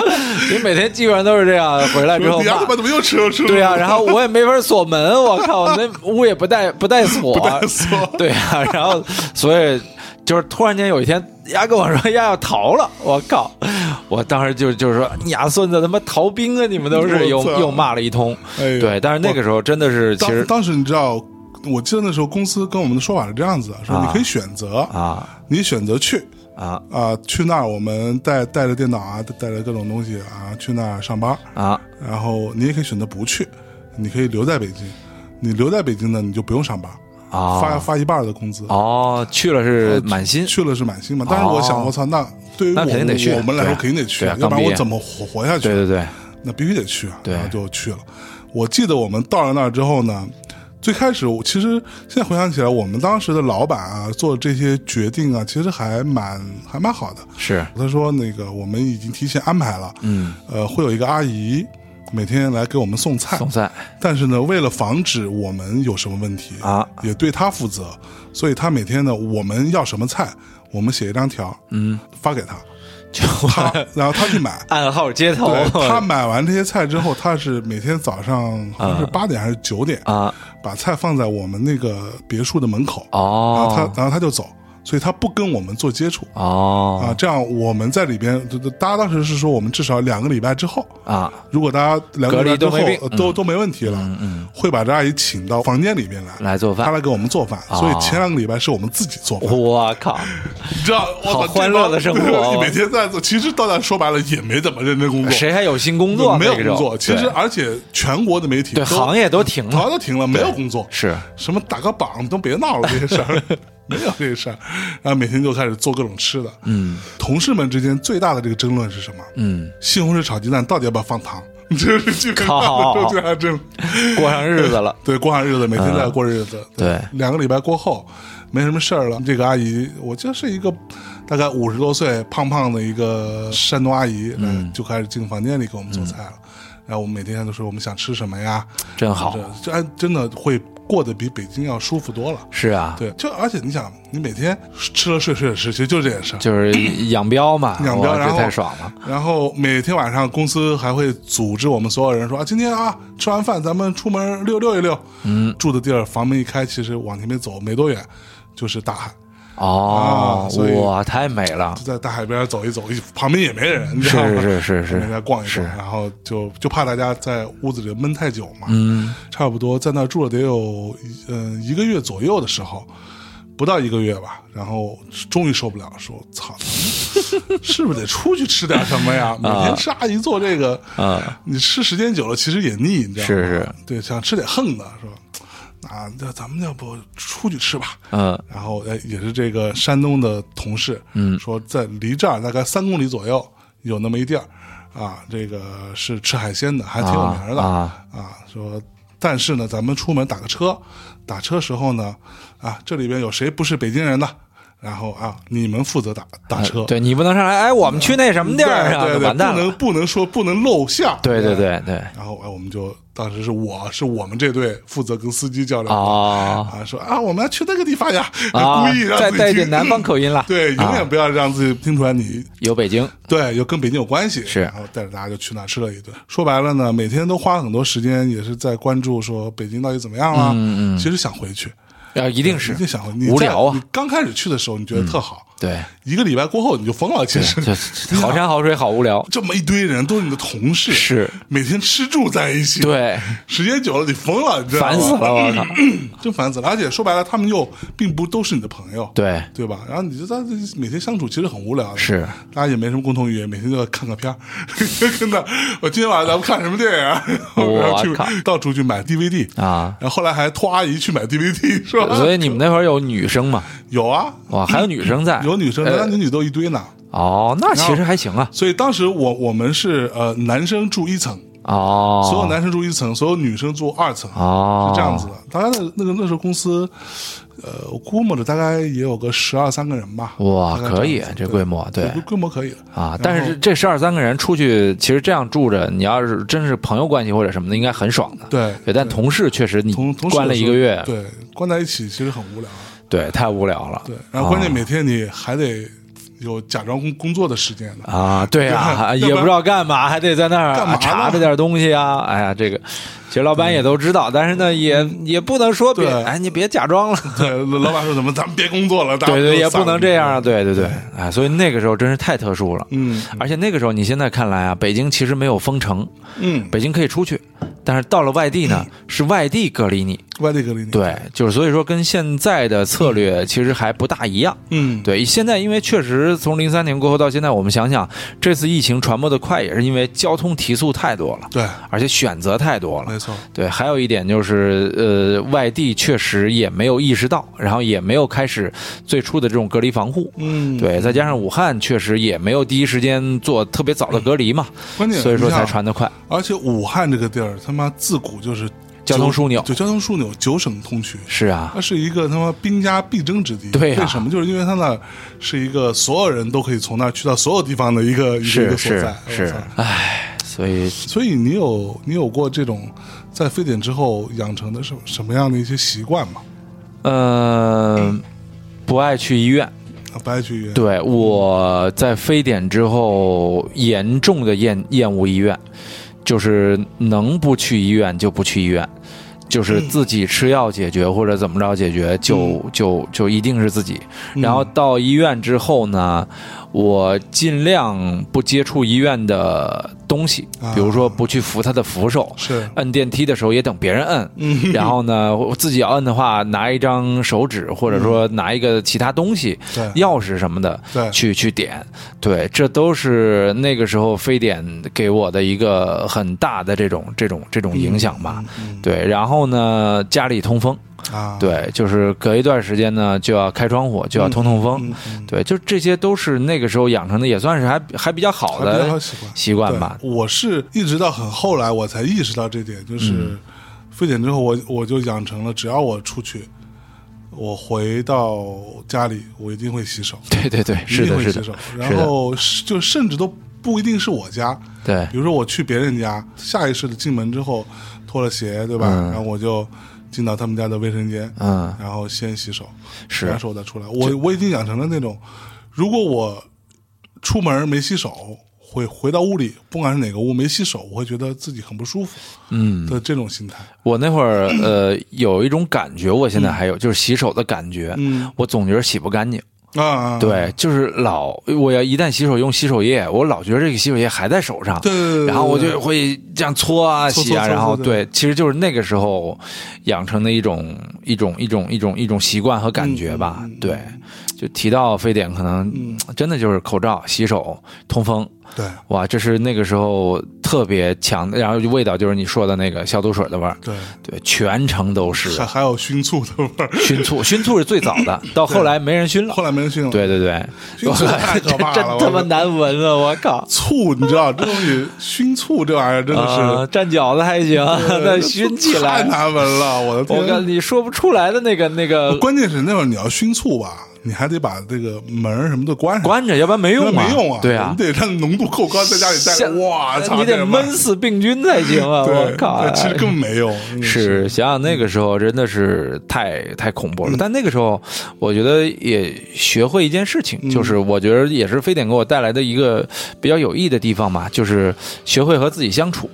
你每天基本上都是这样，回来之后
你俩他
骂
妈。怎么又吃又吃了？
对啊呀、然后我也没法锁门，我 靠，那屋也不带不带锁，
带锁
对呀、然后所以就是突然间有一天，丫跟我说丫要逃了，我靠，我当时就就是说你丫孙子他妈逃兵啊，你们都是又
我操
又骂了一通，
哎呦
对，但是那个时候真的是其
当
实
当时你知道，我记得那时候公司跟我们的说法是这样子，说你可以选择，
啊
你选择去
啊
啊、去那儿我们带带着电脑啊，带着各种东西啊，去那儿上班。
啊
然后你也可以选择不去，你可以留在北京。你留在北京呢，你就不用上班，
啊
发发一半的工资。
哦，去了是满心，
去了是满薪嘛，但是我想，
哦
我操，那对于
那
我
肯定得去
我们来
对
说
啊
肯定得去，
对啊
要不
刚
然
毕
我
业
怎么活活下去？
对对对，
那必须得去啊，
对
然后就去了。我记得我们到了那儿之后呢，最开始我其实现在回想起来，我们当时的老板啊做这些决定啊，其实还蛮还蛮好的。
是
他说那个我们已经提前安排了，嗯，呃，会有一个阿姨每天来给我们送菜，
送菜
但是呢，为了防止我们有什么问题
啊，
也对他负责，所以他每天呢，我们要什么菜，我们写一张条，嗯，发给他，
就
他然后他去买。
暗号接头
对他买完这些菜之后，他是每天早上好像是八点还是九点，
嗯啊
把菜放在我们那个别墅的门口，然啊后他
哦
然后他就走，所以他不跟我们做接触
哦
啊。这样我们在里边，就就大家当时是说我们至少两个礼拜之后，
啊
如果大家两个礼拜之后
隔离都没病嗯
呃都都没问题了，会把这阿姨请到房间里面来，
来做
她
饭，哦
来给我们做饭。所以前两个礼拜是我们自己做饭，
我靠，
你知道，我 操
好欢乐的生活哦
这帮
我
每天在做，其实到那说白了也没怎么认真工作，
谁还有新工作？啊
没有
那个时
工
候
作。其实
对
而且全国的媒体
对
都
行业都停
行业
了，
都停了，没有工作，
是
什么打个榜都别闹了这些事 儿。没有这些事儿，然后每天就开始做各种吃的。嗯，同事们之间最大的这个争论是什么？
嗯，
西红柿炒鸡蛋到底要不要放糖？ 这是基本上
靠
的这样争。
过上日子了。
对，过上日子，每天在过日子。
嗯对
两个礼拜过后，没什么事儿了。这个阿姨，我记得是一个大概五十多岁、胖胖的一个山东阿姨，嗯，就开始进房间里给我们
嗯
做菜了。然后我们每天都说我们想吃什么呀，
真好
这这哎真的会过得比北京要舒服多了。
是啊，
对，就而且你想，你每天吃了睡，睡了吃，其实就这件事儿。
就是养膘嘛，
养膘
哇
然
这
后
太爽了。
然后每天晚上公司还会组织我们所有人说啊，今天啊吃完饭咱们出门溜溜一溜。嗯，住的地儿房门一开，其实往前面走没多远就是大海，
哦
啊所以，
哇，太美了
就，在大海边走一走，一旁边也没人，你知道吗？
是是是
在那
是，
边逛一逛，然后就就怕大家在屋子里闷太久嘛。嗯，差不多在那儿住了得有嗯、一个月左右的时候，不到一个月吧，然后终于受不了，说操， 是不是得出去吃点什么呀？每天吃阿姨做这个，
啊
你吃时间久了其实也腻，你知道吗？
是是，
对，想吃点横的，说啊，那咱们要不出去吃吧？
嗯
然后哎，也是这个山东的同事，嗯，说在离这儿大概三公里左右有那么一地儿，啊，这个是吃海鲜的，还挺有名的
啊
说，但是呢，咱们出门打个车，打车时候呢，啊，这里边有谁不是北京人的？然后啊，你们负责打打车，
呃对你不能上来，哎，我们去那什么地儿啊，
对
就
对对，
完蛋
不能
了。
不能说不能露馅儿，
对对对对，
然后哎，我们就当时是我是我们这队负责跟司机交流的
哦
啊，说啊，我们要去那个地方呀，
啊
故意，让
再
自己
带一点
听
南方，口音了。
对，永
啊
远不要让自己听出来你
有北京，
对，又跟北京有关系，
是
然后带着大家就去那儿吃了一顿。说白了呢，每天都花很多时间，也是在关注说北京到底怎么样了。嗯嗯，其实想回去，
啊，一定是
一定想回。你在
无聊啊
你刚开始去的时候，你觉得特好，
对，
一个礼拜过后你就疯了。其实
这这好山好水好无聊，
这么一堆人都是你的同事，
是
每天吃住在一起，，
对，
时间久了你疯了，你知道吗？
烦死了， 我靠，
真烦死了。而且说白了，他们又并不都是你的朋友，
对，
对吧？然后你就在这每天相处，其实很无聊的，
是
大家也没什么共同语言，每天就看个片儿， 真的。我今天晚上咱们看什么电影啊？然后
我靠
去到处去买 DVD
啊。
然后后来还托阿姨去买 DVD，是吧？
所以你们那会儿有女生嘛？
有啊，
哇，还有女生在，
有女生，
呃
男男女女都一堆呢。
哦，那其实还行啊。
所以当时我我们是呃男生住一层，
哦，
所有男生住一层，所有女生住二层。
哦
是这样子的，大概那那个那时候公司，呃，我估摸着大概也有个十二三个人吧。
哇，
大概
可以
样子
这规模，对
规规模可以了。
啊。
后
但是这十二三个人出去，其实这样住着，你要是真是朋友关系或者什么的，应该很爽的。
对，
对，但同事确实你
同同事
关了一个月，
对，关在一起其实很无聊。
对，太无聊了。
对，然后关键
啊
每天你还得有假装工工作的时间呢。
啊，对啊，
对要不然
也不知道干嘛，还得在那儿
干嘛
啊
呢
查着点东西啊。哎呀，这个其实老板也都知道，但是呢，也也不能说别
嗯对
哎，你别假装了。
对，老板说怎么咱们别工作了，大家
对对，
都
也
散
不
了
能这样啊。。对对对，哎，所以那个时候真是太特殊了。
嗯
而且那个时候，你现在看来啊，北京其实没有封城，
嗯，
北京可以出去，但是到了外地 呢，是外地隔离你。
外地隔离你。，
对，就是所以说跟现在的策略其实还不大一样。
嗯，
对，现在因为确实从零三年过后到现在，我们想想这次疫情传播的快，也是因为交通提速太多了，
对，
而且选择太多了。
没错，
对，还有一点就是，呃，外地确实也没有意识到，然后也没有开始最初的这种隔离防护。
嗯，。
对，再加上武汉确实也没有第一时间做特别早的隔离嘛，
嗯关键
所以说
你
才
想
传得快。
而且武汉这个地儿，他妈自古就是
交通枢纽
就交通枢纽，九省通衢，
是啊，
它是一个他妈兵家必争之地。
对呀啊
为什么？就是因为它那是一个所有人都可以从那儿去到所有地方的一个一个一
是
个所
是
在。我
是
操，
唉，所以
所以你有你有过这种在非典之后养成的什么什么样的一些习惯吗？
呃，不爱去医院。
啊，不爱去医院。
对，我在非典之后严重的厌厌恶医院，就是能不去医院就不去医院，就是自己吃药解决或者怎么着解决，就就就一定是自己。
嗯
然后到医院之后呢，我尽量不接触医院的东西
啊，
比如说不去扶他的扶手，
是，
摁电梯的时候也等别人摁，
嗯，
然后呢，我自己要摁的话，拿一张手指，或者
嗯
说拿一个其他东西，
对
钥匙什么的，
对
去去点。对，这都是那个时候非典给我的一个很大的这种这种这种影响吧。
嗯
对，然后呢，家里通风，
啊，
对，就是隔一段时间呢就要开窗户，就要通通风。
嗯，嗯，
对，就这些都是那个时候养成的，也算是还还比较好
还比较好
的
习惯。
习惯吧。
对我是一直到很后来我才意识到这点，就是
嗯
非典之后我，我就养成了，只要我出去，我回到家里，我一定会洗手，
对对对，是
一
的，
定会
是
洗
的
手，。然后是就甚至都不一定是我家，
对，
比如说我去别人家，下意识的进门之后脱了鞋，对吧？
嗯
然后我就进到他们家的卫生间，
嗯，
然后先洗手，洗
是
完手再出来。我我已经养成了那种，如果我出门没洗手，回回到屋里，不管是哪个屋没洗手，我会觉得自己很不舒服
嗯。
的这种心态。
我那会儿呃有一种感觉，我现在还有、就是洗手的感觉，
嗯
我总觉得洗不干净。
啊啊，
哎对，就是老我要一旦洗手用洗手液，我老觉得这个洗手液还在手上。
对对对对，
然后我就会这样搓啊、
搓
洗啊，
搓搓
然后
搓
对，其实就是那个时候养成的一种一种一种一种一种习惯和感觉吧。
嗯嗯嗯嗯
对，就提到非典，可能、真的就是口罩、洗手、通风，
对
哇，这是那个时候特别强的，然后味道就是你说的那个消毒水的味儿，
对，
对，全程都 是。
还还有熏醋的味儿。
熏醋，熏醋是最早的，到后来没人熏了。
后来没人熏了，
对对对，
熏醋太可怕 了
真他妈
我
难闻啊！我靠，
醋，你知道这东西熏醋这玩意儿 真的
啊，
是，呃
蘸饺子还行， 但熏起
太
来，
难闻了，我的天！
我跟你说不出来的那个那个
关键是那会儿你要熏醋吧，你还得把这个门儿什么的关上，
关着，要不然没
那
用啊，
没用啊，
对啊
你，得让浓度够高，在家里待着
像。
哇操，
你
这
得
他妈
闷死病菌才行啊！我
对，
靠啊，
对其实根本没有，嗯
是想想那个时候真的是太太恐
嗯
怖了，但那个时候我觉得也学会一件事情，就是
嗯
我觉得也是非典给我带来的一个比较有益的地方嘛，就是学会和自己相处。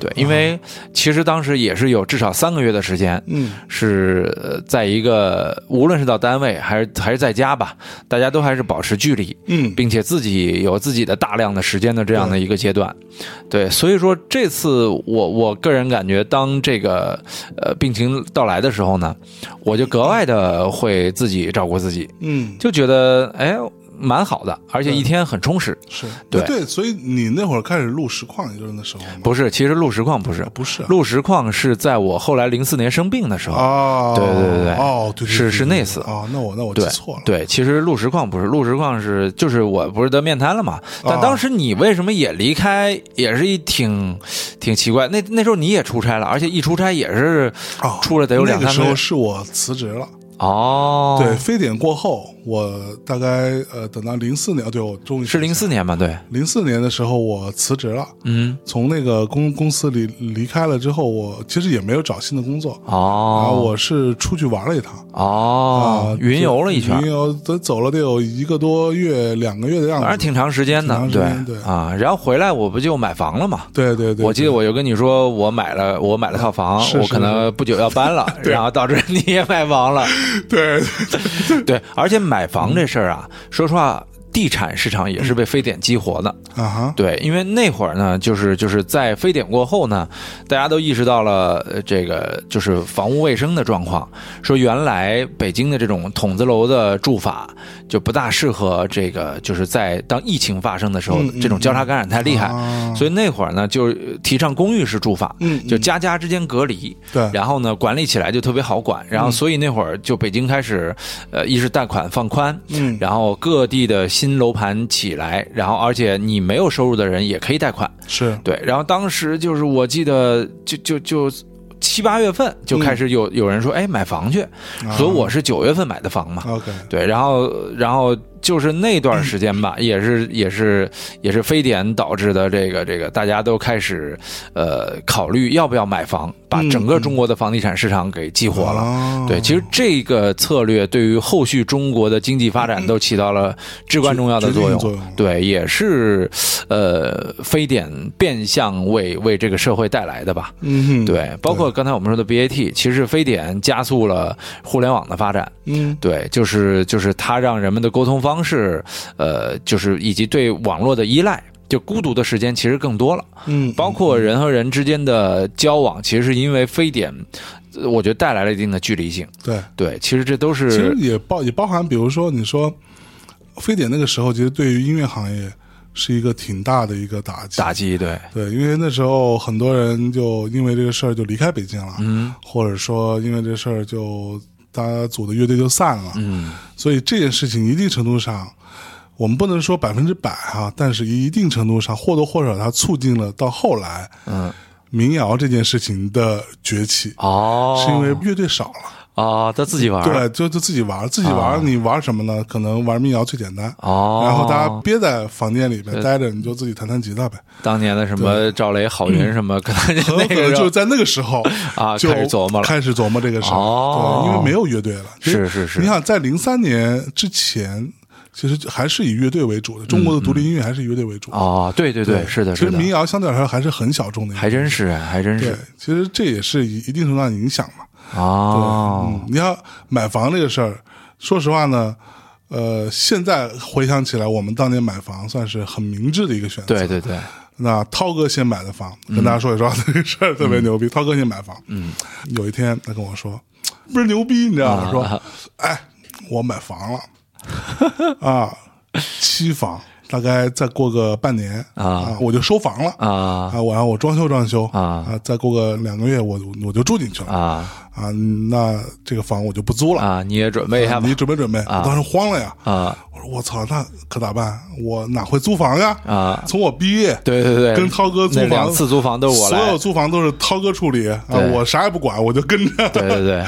对，因为其实当时也是有至少三个月的时间，
啊嗯，
是呃在一个无论是到单位还是还是在家吧，大家都还是保持距离，
嗯，
并且自己有自己的大量的时间的这样的一个阶段，对，所以说这次我我个人感觉，当这个呃病情到来的时候呢，我就格外的会自己照顾自己，
嗯，
就觉得哎蛮好的，而且一天很充实。
是哎
对
对，所以你那会儿开始录实况，也就是那时候吗？
不是，其实录实况不是，
不是啊
录实况是在我后来零四年生病的时候，
哦，
对对对对
哦，对，对
是
对
是
对
那次
哦，那我那我记
对
错了，
对，其实录实况不是，录实况是就是我不是得面瘫了嘛？但
啊
当时你为什么也离开，也是一挺挺奇怪。那那时候你也出差了，而且一出差也是
哦，
出了得有两
那个
三
时
个月
候。是我辞职了，
哦，
对，，非典过后，我大概呃等到零四年，对我终于
是零四年嘛？对，
零四年的时候我辞职了，
嗯，
从那个公公司里离开了之后，我其实也没有找新的工作，然后
哦，
我是出去玩了一趟。
哦
啊，，
云游了一圈
云，游得走了得有一个多月、两个月的样
反正
子。
挺长时间的
挺，长时间对
啊。然后回来我不就买房了嘛？
对对对，
我记得我就跟你说，我买了，我买了套房，
是
我
是
可能不久要搬 了，然后导致你也买房了。
对对
对，而且买房这事儿啊，说实话，地产市场也是被非典激活的。
啊哈，
对，因为那会儿呢，就是就是在非典过后呢，大家都意识到了呃这个就是房屋卫生的状况，说原来北京的这种筒子楼的住法就不大适合这个，就是在当疫情发生的时候，
嗯嗯
这种交叉感染太厉害，
啊
所以那会儿呢，就提倡公寓式住法，
嗯
就家家之间隔离，
对
然后呢管理起来就特别好管，然后所以那会儿就北京开始，呃，一是贷款放宽，
嗯
然后各地的新楼盘起来，然后而且你没有收入的人也可以贷款，
是
对，然后当时就是我记得就就就。七八月份就开始有、有人说，哎，买房去，
嗯
所以我是九月份买的房嘛，
啊 OK
对，然后然后就是那段时间吧，也是也是也是非典导致的这个这个，大家都开始呃考虑要不要买房，把
嗯哦
整个中国的房地产市场给激活了。
了
对，其实这个策略对于后续中国的经济发展都起到了至关重要的作用。
决定作用
对，也是呃非典变相为为这个社会带来的吧。
嗯哼，
对，包括刚才我们说的 BAT，其实非典加速了互联网的发展。
嗯
对，就是就是它让人们的沟通方式，呃，就是以及对网络的依赖。就孤独的时间其实更多了，
嗯
包括人和人之间的交往，其实是因为非典，呃我觉得带来了一定的距离性。
对，
对，其实这都
其实
是
也包也包含，比如说你说非典那个时候，其实对于音乐行业是一个挺大的一个打击。
打击，对，
对，因为那时候很多人就因为这个事儿就离开北京了，
嗯
或者说因为这事儿就大家组的乐队就散了，
嗯，
所以这件事情一定程度上，我们不能说百分之百哈，但是一定程度上或多或少它促进了到后来，
嗯，
民谣这件事情的崛起，
哦，
是因为乐队少了，
哦，他自己玩，，
对，就就自己玩儿，自己玩儿，你玩儿什么呢？可能玩民谣最简单。
哦，呃
然后大家憋在房间里边待着，你就自己弹弹 吉他呗。
当年的什么赵雷、郝云什么，可 能就
很有
那
可
个
能
时
嗯就
候
是在那个时候
啊
就
开始琢磨了
开始琢磨这个事儿。
哦
对，因为没有乐队了。其实
是是是
你想在零三年之前，其实还是以乐队为主的，中国的独立音乐还是以乐队为主。
哦，对对对，是的，
其
是
实
的，
民谣相对来说还是很小众的一个，
还真是，还真
对
是，。
其实这也是一定程度上的影响嘛。
哦，
嗯，你要买房这个事儿，说实话呢，呃，现在回想起来，我们当年买房算是很明智的一个选择。
对对 对，
那涛哥先买的房，跟大家说一说、这个事儿特别牛逼。涛哥先买房，嗯，有一天他跟我说，不是牛逼，你知道吗？ 啊说，哎，我买房了，啊，期房，大概再过个半年
啊
我就收房了
啊
啊，我让我装修装修
啊
啊，再过个两个月我我就住进去了
啊
啊，那这个房我就不租了。
啊！你也准备一下吧
你准备准备，我当时慌了呀！
啊
我说我操，那可咋办？我哪会租房呀？
啊！
从我毕业
对对对，
跟涛哥租
那
房
两次租房都是我
所
来
有，租房都是涛哥处理啊，
对
我啥也不管，我就跟着。
对对对，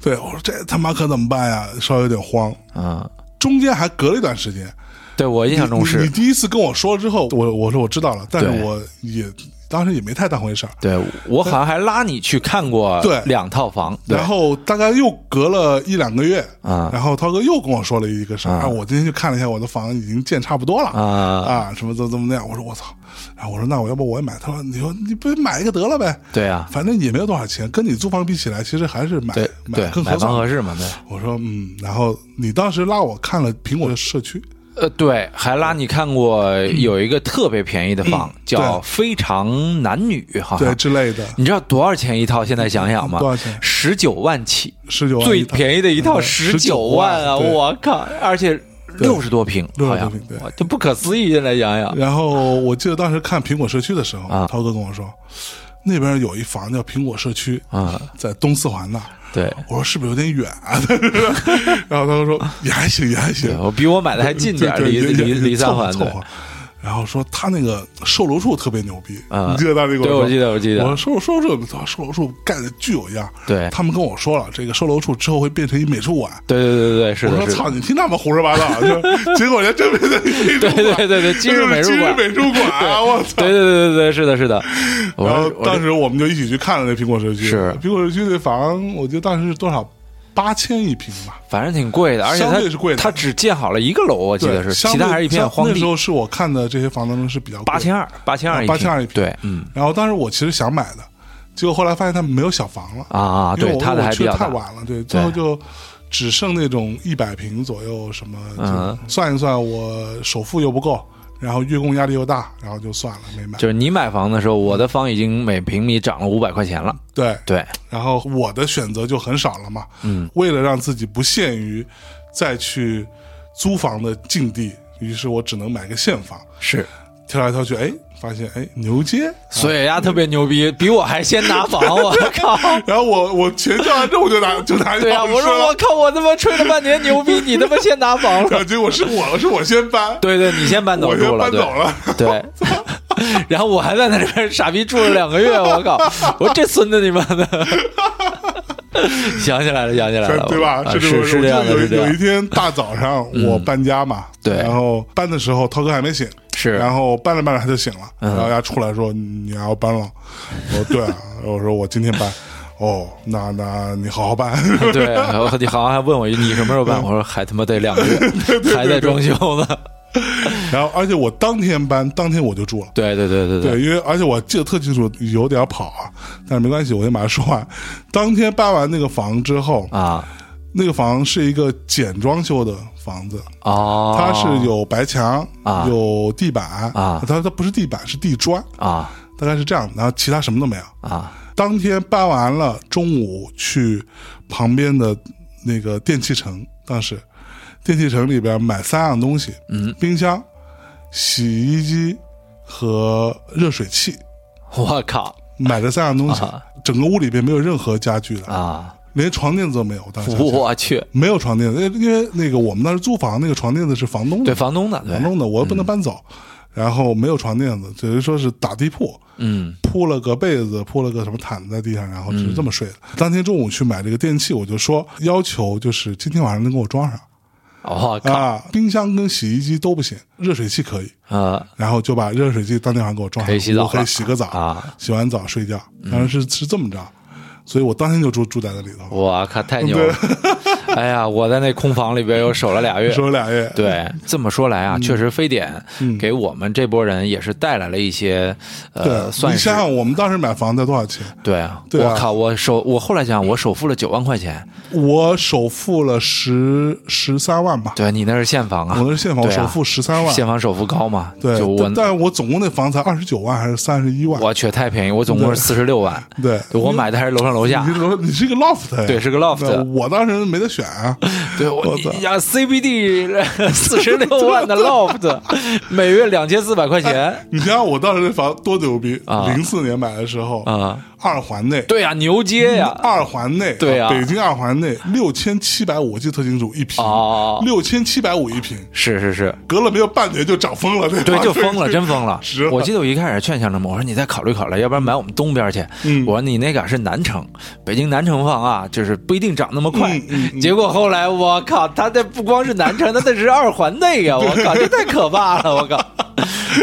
对我说这他妈可怎么办呀？稍微有点慌。
嗯，
中间还隔了一段时间，
对我印象中
你
是
你第一次跟我说了之后，我我说我知道了，但
对
是我也当时也没太当回事儿。
对我好像还拉你去看过
对
两套房，对
然后大概又隔了一两个月，
啊
然后涛哥又跟我说了一个事儿，啊我今天去看了一下，我的房已经建差不多了，
啊，
啊，什么怎么怎么那样，我说我操，然后我说那我要不我也买，他说你说你不买一个得了呗，
对啊，
反正也没有多少钱，跟你租房比起来，其实还是买
对对
买，更
买
合
房
算。
合适嘛？对，
我说嗯，然后你当时拉我看了苹果的社区，
呃，对，还拉你看过
嗯
有一个特别便宜的房， 叫《非常男女》，好
对
像
之类的，
你知道多少钱一套？现在想想吗
多？少钱？
十九万起，
十九万
最
一套，
便宜的一套
嗯
十九万啊！
19万对
我靠，而且六十多平，
60
好像
多平对
哇这不可思议！现在想想，
然后我记得当时看苹果社区的时候，
啊
涛哥跟我说，那边有一房叫苹果社区
啊，
在东四环那儿。
对，
我说是不是有点远 啊？ 然后他说也还行，也还行
对，我比我买的还近点儿，
对
离
对也
离
也
离三
凑合
环
凑
对
合。然后说他那个售楼处特别牛逼，
啊
你记得当时给
对，
我
我
说
记得，我记
我
得，
说售楼处，操，售楼处干的巨有样。
对，
他们跟我说了，这个售楼处之后会变成一美术馆。
对对对对，是
我
的，
说
是的
操，，你听那么胡说八道， 就结果人家真变成一美术
对对
馆，
对对，进入美术
就是
馆，
今日美术馆啊，我操！
对对对对对，是的，是的。我
然后
说我
当
说
时我们就一起去看了那苹果社区，
是
苹果社区那房，我记得当时是多少，八千一平吧。
反正挺贵的，而且
相对是贵
它
的
它只建好了一个楼，我记
对，
得是，
相
其他
对
还是一片
像
荒
那时
地。
候啊是我看的这些房当中是比较贵的
八。千二，八千二一平，
8200一平
对，嗯
然后当时我其实想买的，结果后来发现他们没有小房了，
啊啊，
因为
对，
我
它的
我
还
去
比
的
较
太
大，
晚了，对，最后就只剩那种一百平左右什么，
嗯
就算一算我首付又不够，然后月供压力又大，然后就算了没买。
就是你买房的时候，我的房已经每平米涨了五百块钱了，
对，
对，
然后我的选择就很少了嘛。
嗯，
为了让自己不限于再去租房的境地，于是我只能买个现房。
是，
挑来挑去，哎，发现哎牛街，
所以丫特别牛逼，比我还先拿房，我 靠！
然后我我钱交完之后我就拿就拿钥 匙
对呀、我说
了
我靠，我他妈吹了半年牛逼，你他妈先拿房了。
然后结果是我是我先搬，
对对，你先搬走
我先
住了，
搬
对
走了，
对。 然后我还在那里边傻逼住了两个月，我 靠！我说这孙子你妈的！ 想起来了，想起来了，
对吧？
啊
这
是
是
是这样的，
有
是这
有
样
一天大早上我搬家嘛，
对
然后搬的时候涛哥还没醒，
是嗯
然后搬着搬着他就醒了，然后他出来说你还要搬了，我说对啊， 我说我今天搬，哦，那那你好好 搬，
对，然后你好像还问我你什么时候搬，我说还他妈得两 个月，还在装修呢。
然后而且我当天搬，当天我就住了。
对对对对，
对，因为而且我记得特清楚，有点跑啊，但是没关系，我先把它说完。当天搬完那个房之后，
啊
那个房是一个简装修的房子，
哦，
它是有白墙，
啊
有地板
啊
它它不是地板，是地砖，
啊
大概是这样。然后其他什么都没有。
啊
当天搬完了，中午去旁边的那个电器城，当时电器城里边买三样东西，
嗯，
冰箱、洗衣机和热水器。
我靠
买了三样东西
啊，
整个屋里边没有任何家具的，
啊！哦
连床垫子都没有。当时
我去，
没有床垫子，因为因为那个我们当时租房，那个床垫子是房东
对
的，
房东的，对
房，东的，我
嗯
又不能搬走，然后没有床垫子，只是说是打地铺，
嗯
铺了个被子，铺了个什么毯子在地上，然后只是这么睡的。当天中午去买这个电器，我就说要求就是今天晚上能给我装上
我哦靠
啊，冰箱跟洗衣机都不行，热水器可以，
啊
然后就把热水器当天晚上给我装上，
可以洗澡
我可
了
以洗个澡
啊！嗯
洗完澡睡觉，当时是、是这么着，所以我当天就住住在那里头，
我靠，太牛了！ 哎呀，我在那空房里边又守了俩 月。
说了俩月，
对，这么说来啊，
嗯
确实非典给我们这波人也是带来了一些呃，
对，
算
你
是
想想我们当时买房才多少钱？
对啊。
对啊嗯
我靠，我首我后来想，我首付了九万块钱，
我首付了十十三万吧，
对你那是现房啊，
我那是现房，我
对啊
首付十三万，
现房首付高嘛？
对
就，我
但但我总共那房才二十九万还是三十一万？
我去太便宜，我总共是四十六万，
对，
我买的还是楼上楼下
你，是楼，你是一个 loft 呀
对，是个 loft，
对我当时没得选，选 啊，
对我
我操
呀，CBD 四十六万的 loft，每月两千四百块钱
你想想我当时这房多牛逼
啊！
零四年买的时候，
啊！
二环内，
对呀，牛街呀，
二环内，
对啊
北京二环内六千七百五，我记得特清楚，一平
哦
六千七百五一平，
是是是，
隔了没有半年就涨疯了， 对吧？
对，就疯了，真疯了
值。了
我记得我一开始劝向正们，我说你再考虑考虑，要不然买我们东边去。
嗯
我说你那个是南城，北京南城放啊，就是不一定涨那么快。
嗯嗯 嗯
结果后来我靠，他这不光是南城，他那是二环内呀！我靠，这太可怕了！我 靠，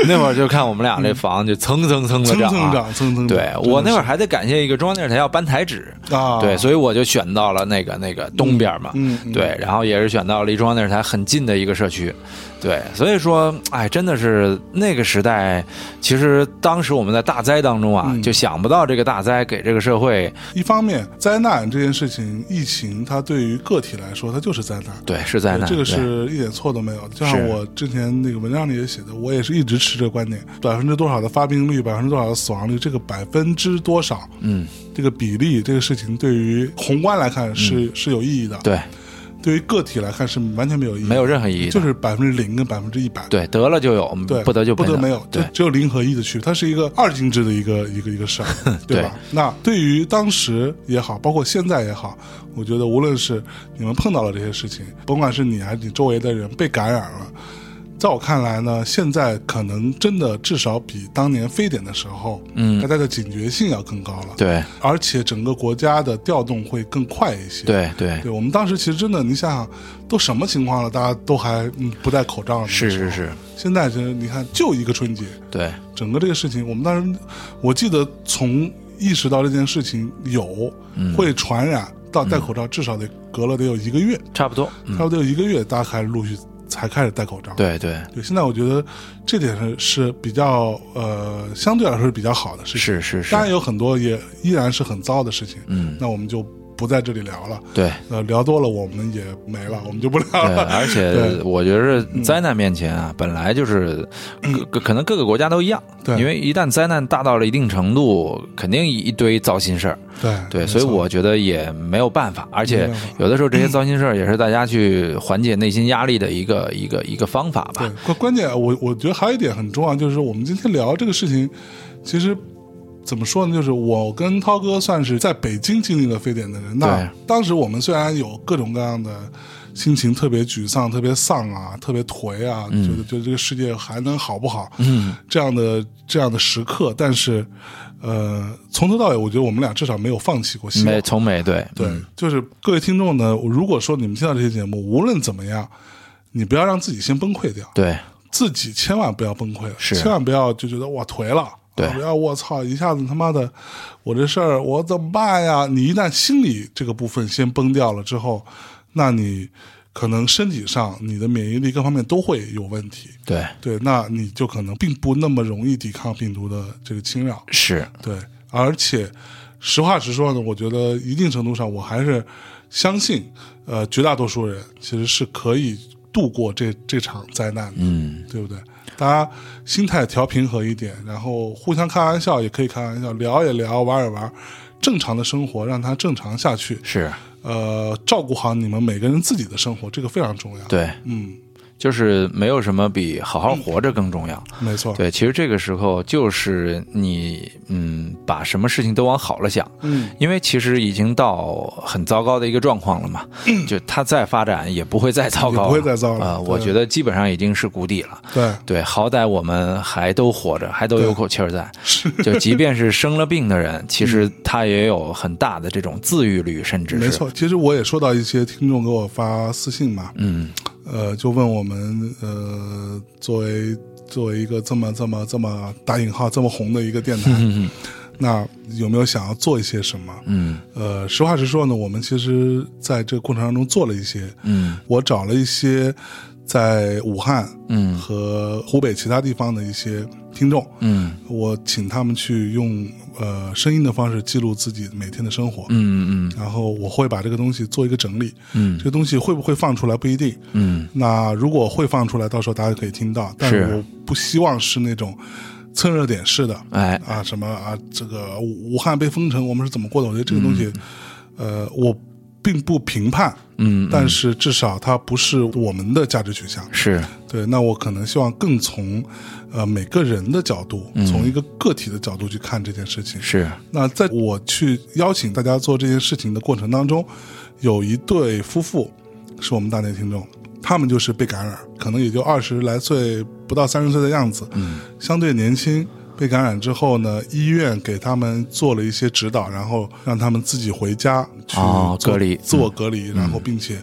那会儿就看我们俩这房就蹭蹭蹭的
蹭
涨、啊，
蹭涨，蹭蹭涨。
对我那会儿还得感谢一个中央电视台要搬台址，
啊，
对，所以我就选到了那个那个东边嘛，
嗯嗯
对，然后也是选到了离中央电视台很近的一个社区，对，所以说，哎，真的是那个时代，其实当时我们在大灾当中
嗯
啊，就想不到这个大灾给这个社会，
一方面灾难这件事情，疫情它对于个体来说，它就是灾难。
对，是灾难，
这个
对
是一点错都没有的，就是像我之前那个文章里也写的，我也是一直持这个观点：百分之多少的发病率，百分之多少的死亡率，这个百分之多少，
嗯，
这个比例，这个事情对于宏观来看是、是有意义的，
嗯对，
对于个体来看是完全没有意义的，
没有任何意义的，
嗯就是百分之零跟百分之一百，
对得了就有，
对，
嗯不得就
不得
了
没有，就
对，
只有零和一的区别，它是一个二进制的一个一个一个事儿， 对吧？那对于当时也好，包括现在也好，我觉得无论是你们碰到了这些事情，甭管是你还是你周围的人被感染了，在我看来呢，现在可能真的至少比当年非典的时候，
嗯
大家的警觉性要更高了，，
对，
而且整个国家的调动会更快一些，。
对，对，
对我们当时其实真的，你想想，都什么情况了，大家都还嗯不戴口罩呢。
是是是，
现在其实你看，就一个春节，
对，
整个这个事情，我们当时我记得从意识到这件事情有、
嗯
会传染到戴口罩，至少得隔了得有一个月，
差不多，嗯，
差不多有一个月，大家开始陆续才开始戴口罩。
对对。
对，现在我觉得这点是是比较呃，相对来说是比较好的事情。
是是是
当，然有很多也依然是很糟的事情，
嗯，
那我们就不在这里聊了。
对，
呃，聊多了我们也没了，我们就不聊
对，
了。
而且
对嗯
我觉得灾难面前啊，本来就是各各可能各个国家都一样，
对
因为一旦灾难大到了一定程度，肯定一堆糟心事儿，
对
对，
没
所以
错
我觉得也没有办法，而且
没办法
有的时候这些糟心事儿也是大家去缓解内心压力的一个一个一个方法
对
吧，
关关键我我觉得还有一点很重要，就是我们今天聊这个事情，其实怎么说呢？就是我跟涛哥算是在北京经历了非典的人。那
对
当时我们虽然有各种各样的心情，特别沮丧、特别丧啊、特别颓啊，
嗯
觉得觉得这个世界还能好不好？嗯，这样的这样的时刻，但是呃，从头到尾，我觉得我们俩至少没有放弃过希望
没。从没对嗯
对，就是各位听众呢，如果说你们听到这些节目，无论怎么样，你不要让自己先崩溃掉。
对
自己千万不要崩溃了，
是
千万不要就觉得我颓了，
对
啊不要我操一下子他妈的，我这事儿我怎么办呀？你一旦心理这个部分先崩掉了之后，那你可能身体上你的免疫力各方面都会有问题，
对
对，那你就可能并不那么容易抵抗病毒的这个侵扰，
是，
对，而且实话实说呢，我觉得一定程度上我还是相信，呃，绝大多数人其实是可以度过这这场灾难的。
嗯，
对不对？大家心态调平和一点，然后互相开玩笑也可以开玩笑，聊也聊，玩也玩，正常的生活让它正常下去。
是
呃，照顾好你们每个人自己的生活，这个非常重要。，
对，
嗯，
就是没有什么比好好活着更重要。
没错，
对，其实这个时候就是你，嗯，把什么事情都往好了想，
嗯，
因为其实已经到很糟糕的一个状况了嘛，就它再发展也不会再糟糕了，
也不会再糟了
啊、
对
我觉得基本上已经是谷底了。
对，
对，好歹我们还都活着，还都有
对
口气儿在。就即便是生了病的人，其实他也有很大的这种自愈率，甚至是
没错。其实我也收到一些听众给我发私信嘛，
嗯，
呃，就问我们，呃，作为作为一个这么这么这么打引号这么红的一个电 台，那有没有想要做一些什么？
嗯
呃，实话实说呢，我们其实在这个过程当中做了一些，
嗯
我找了一些在武汉
嗯
和湖北其他地方的一些听众，
嗯
我请他们去用呃声音的方式记录自己每天的生活，
嗯嗯
然后我会把这个东西做一个整理，
嗯
这个东西会不会放出来不一定，
嗯，
那如果会放出来，到时候大家可以听到，但
是
我不希望是那种蹭热点式的，
哎，
啊，什么啊，这个武汉被封城，我们是怎么过的？我觉得这个东西，呃，我并不评判，
嗯，
但是至少它不是我们的价值取向。
是，
对，那我可能希望更从呃每个人的角度，从一个个体的角度去看这件事情。
是，
那在我去邀请大家做这件事情的过程当中，有一对夫妇是我们大内听众，他们就是被感染，可能也就二十来岁，不到三十岁的样子，嗯，相对年轻。被感染之后呢，医院给他们做了一些指导，然后让他们自己回家去
哦
做
隔离嗯
自我隔离，然后并且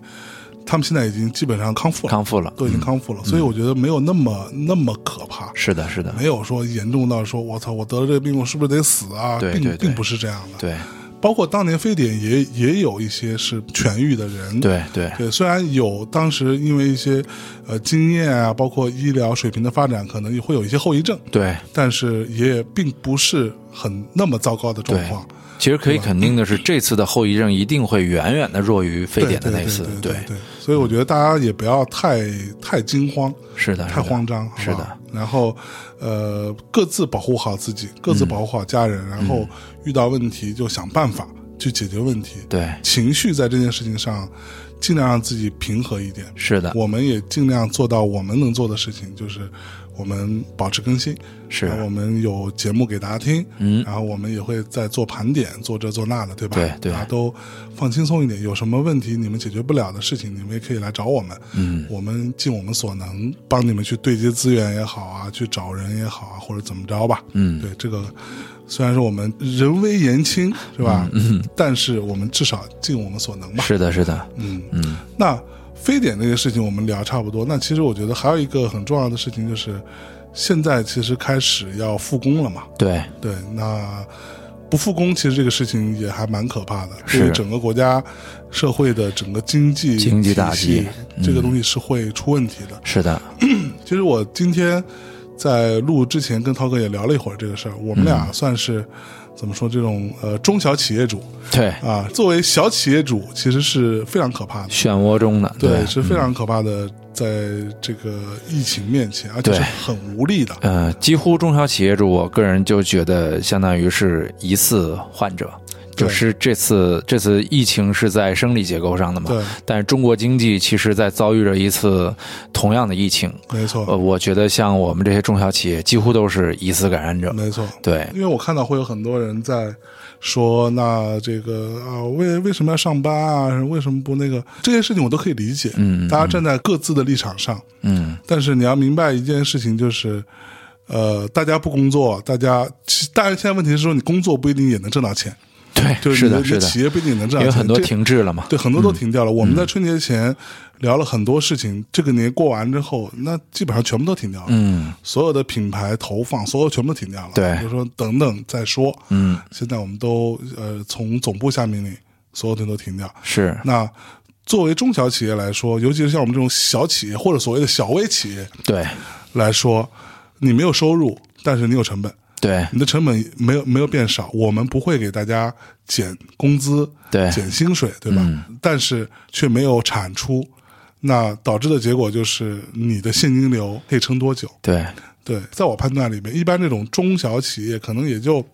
他们现在已经基本上康复了，
康复嗯了。
都已经康复了，所以我觉得没有那么那么可怕，
是的，是的，
没有说严重到说我操，我得了这个病，我是不是得死啊？
对对
并
对
并不是这样的。
对，
包括当年非典也也有一些是痊愈的人，
对，对，
对，虽然有当时因为一些呃经验啊，包括医疗水平的发展，可能会有一些后遗症，
对，
但是也并不是很那么糟糕的状
对
况。
其实可以肯定的是，这次的后遗症一定会远远的弱于非典的那一次。
对对对，所以我觉得大家也不要太太惊慌，
是的，
太
是的
慌张，好不
是
好
的。
然后，呃，各自保护好自己，各自保护好家
嗯
人，然后遇到问题就想办法去解决问题。
对，
情绪在这件事情上，尽量让自己平和一点。
是的，
我们也尽量做到我们能做的事情，就是我们保持更新，
是
然后我们有节目给大家听，
嗯
然后我们也会在做盘点，做这做那的，对吧？
对对
大家都放轻松一点，有什么问题你们解决不了的事情，你们也可以来找我们，
嗯，
我们尽我们所能帮你们去对接资源也好啊，去找人也好啊，或者怎么着吧，
嗯
对这个。虽然说我们人微言轻，是吧？嗯，但是我们至少尽我们所能吧。
是的，是的，
嗯，
嗯，
那非典这个事情我们聊差不多，那其实我觉得还有一个很重要的事情就是，现在其实开始要复工了嘛。
对，
对，那不复工，其实这个事情也还蛮可怕的，
是
对于整个国家社会的整个经济
经济嗯打击
体系，这个东西是会出问题的。
是的，
其实我今天在录之前跟涛哥也聊了一会儿这个事儿，我们俩
嗯
算是、怎么说这种呃中小企业主
对，
啊，作为小企业主其实是非常可怕的。
漩涡中的，
对，是
嗯
非常可怕的，在这个疫情面前，而且是
对
很无力的。
呃，几乎中小企业主，我个人就觉得相当于是疑似患者，
对
就是这次这次疫情是在生理结构上的嘛，
对，
但是中国经济其实在遭遇着一次同样的疫情，
没错，
呃，我觉得像我们这些中小企业几乎都是疑似感染者，
没错。
对，
因为我看到会有很多人在说，那这个啊，为为什么要上班啊？为什么不那个？这些事情我都可以理解，
嗯
大家站在各自的立场上，
嗯，
但是你要明白一件事情，就是。呃，大家不工作，大家，其当然现在问题是说，你工作不一定也能挣到钱，就
对，
是
是
你的
的，
你
是
的
的，
企业不一定能挣
因
到
为
钱，
很多
这
停滞了嘛，
对，很多都停掉了。
嗯
我们在春节前聊了很多事情，这个年过完之后，那基本上全部都停掉了。
嗯
所有的品牌投放，所有全部都停掉了。
对
就说等等再说。
嗯，
现在我们都呃从总部下命令，所有东西都停掉。
是，
那作为中小企业来说，尤其是像我们这种小企业或者所谓的小微企业
对
来说，你没有收入，但是你有成本，
对
你的成本没有没有变少。我们不会给大家减工资，
对，嗯
减薪水，对吧？但是却没有产出，那导致的结果就是你的现金流可以撑多久？
对，
对，在我判断里面，一般这种中小企业可能也就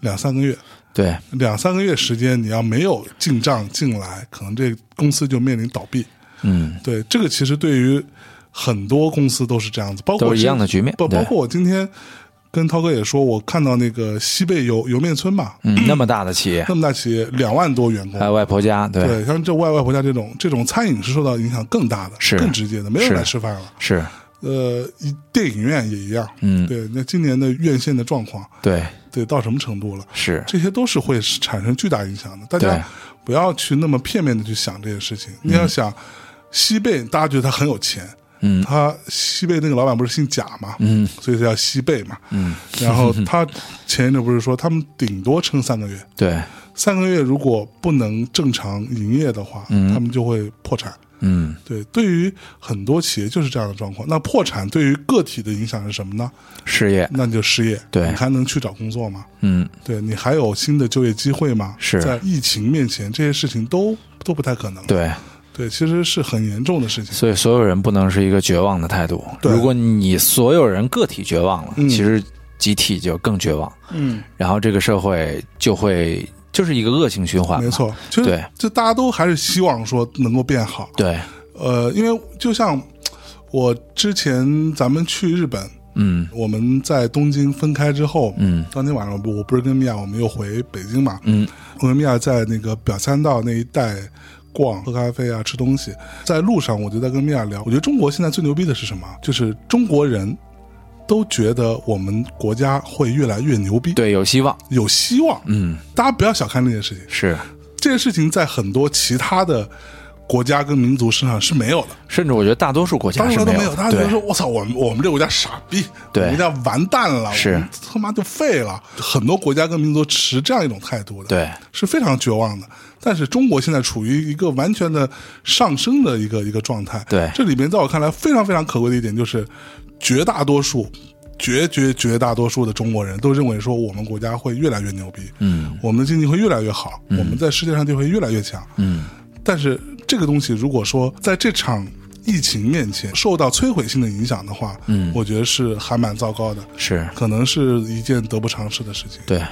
两三个月，
对，
两三个月时间，你要没有进账进来，可能这公司就面临倒闭。
嗯，
对，这个其实对于很多公司都是这样子，包
都
括我
是一样的局面，
不包
对，
括我今天跟涛哥也说，我看到那个西贝油油面村嘛，
嗯，那么大的企业，
那么大企业两万多员工
还，有外婆家，对，
对，像这外外婆家这种这种餐饮是受到影响更大的，
是
更直接的，没有人
是
来吃饭了。
是，
呃，一电影院也一样，
嗯，
对，那今年的院线的状况
对，
得到什么程度了？
是，
这些都是会产生巨大影响的。大
对
家不要去那么片面的去想这些事情。你要想西贝，大家觉得他很有钱，
嗯
他西贝那个老板不是姓贾嘛，
嗯
所以他叫西贝嘛。
嗯，
然后他前一阵不是说他们顶多撑三个月，
对，
三个月如果不能正常营业的话，
嗯
他们就会破产。
嗯，
对，对于很多企业就是这样的状况。那破产对于个体的影响是什么呢？
事业，
那你就失业，
哎对
你还能去找工作吗？
嗯，
对你还有新的就业机会吗？
是
在疫情面前，这些事情都都不太可能。
对，
对，其实是很严重的事情。
所以所有人不能是一个绝望的态度。
对
如果你所有人个体绝望了，
嗯
其实集体就更绝望，
嗯，
然后这个社会就会就是一个恶性循环嘛。
没错，其实
对
就大家都还是希望说能够变好。
对，
呃，因为就像我之前咱们去日本，
嗯
我们在东京分开之后，
嗯
当天晚上我不我不是跟米娅，我们又回北京嘛，
嗯
我跟米娅在那个表参道那一带逛、喝咖啡啊、吃东西，在路上我就在跟米娅聊，我觉得中国现在最牛逼的是什么？就是中国人都觉得我们国家会越来越牛逼，
对，有希望。
有希望。
嗯，
大家不要小看这件事情，
是，
这件事情在很多其他的国家跟民族身上是没有的。
甚至我觉得大多数国家
当时
是
他都
没
没
的
有，大家觉得说：“我操，我们我们这国家傻逼，
对
我们家完蛋了，
是
我们他妈就废了。”很多国家跟民族持这样一种态度的，
对
是非常绝望的。但是中国现在处于一个完全的上升的一个一个状态，
对
这里面在我看来非常非常可贵的一点就是，绝大多数。绝绝绝大多数的中国人都认为说，我们国家会越来越牛逼，
嗯
我们的经济会越来越好，我们在世界上就会越来越强。
嗯，
但是这个东西如果说在这场疫情面前受到摧毁性的影响的话，嗯，我觉得是还蛮糟糕的，
嗯是
可能是一件得不偿失的事情。
对。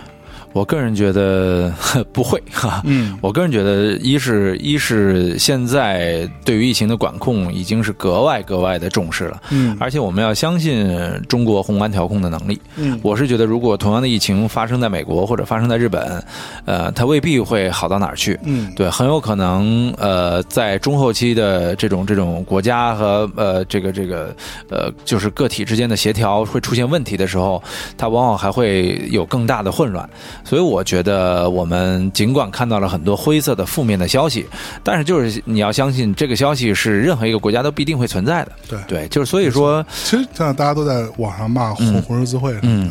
我个人觉得 不会哈，
嗯，
我个人觉得一是一是现在对于疫情的管控已经是格外格外的重视了，
嗯
而且我们要相信中国宏观调控的能力。
嗯
我是觉得，如果同样的疫情发生在美国或者发生在日本，呃，它未必会好到哪儿去。
嗯，
对，很有可能，呃，在中后期的这种这种国家和呃这个这个呃，就是个体之间的协调会出现问题的时候，它往往还会有更大的混乱。所以我觉得，我们尽管看到了很多灰色的负面的消息，但是就是你要相信，这个消息是任何一个国家都必定会存在的。
对
对，就是所以说，
其实像大家都在网上骂红
嗯
红十字会，
嗯，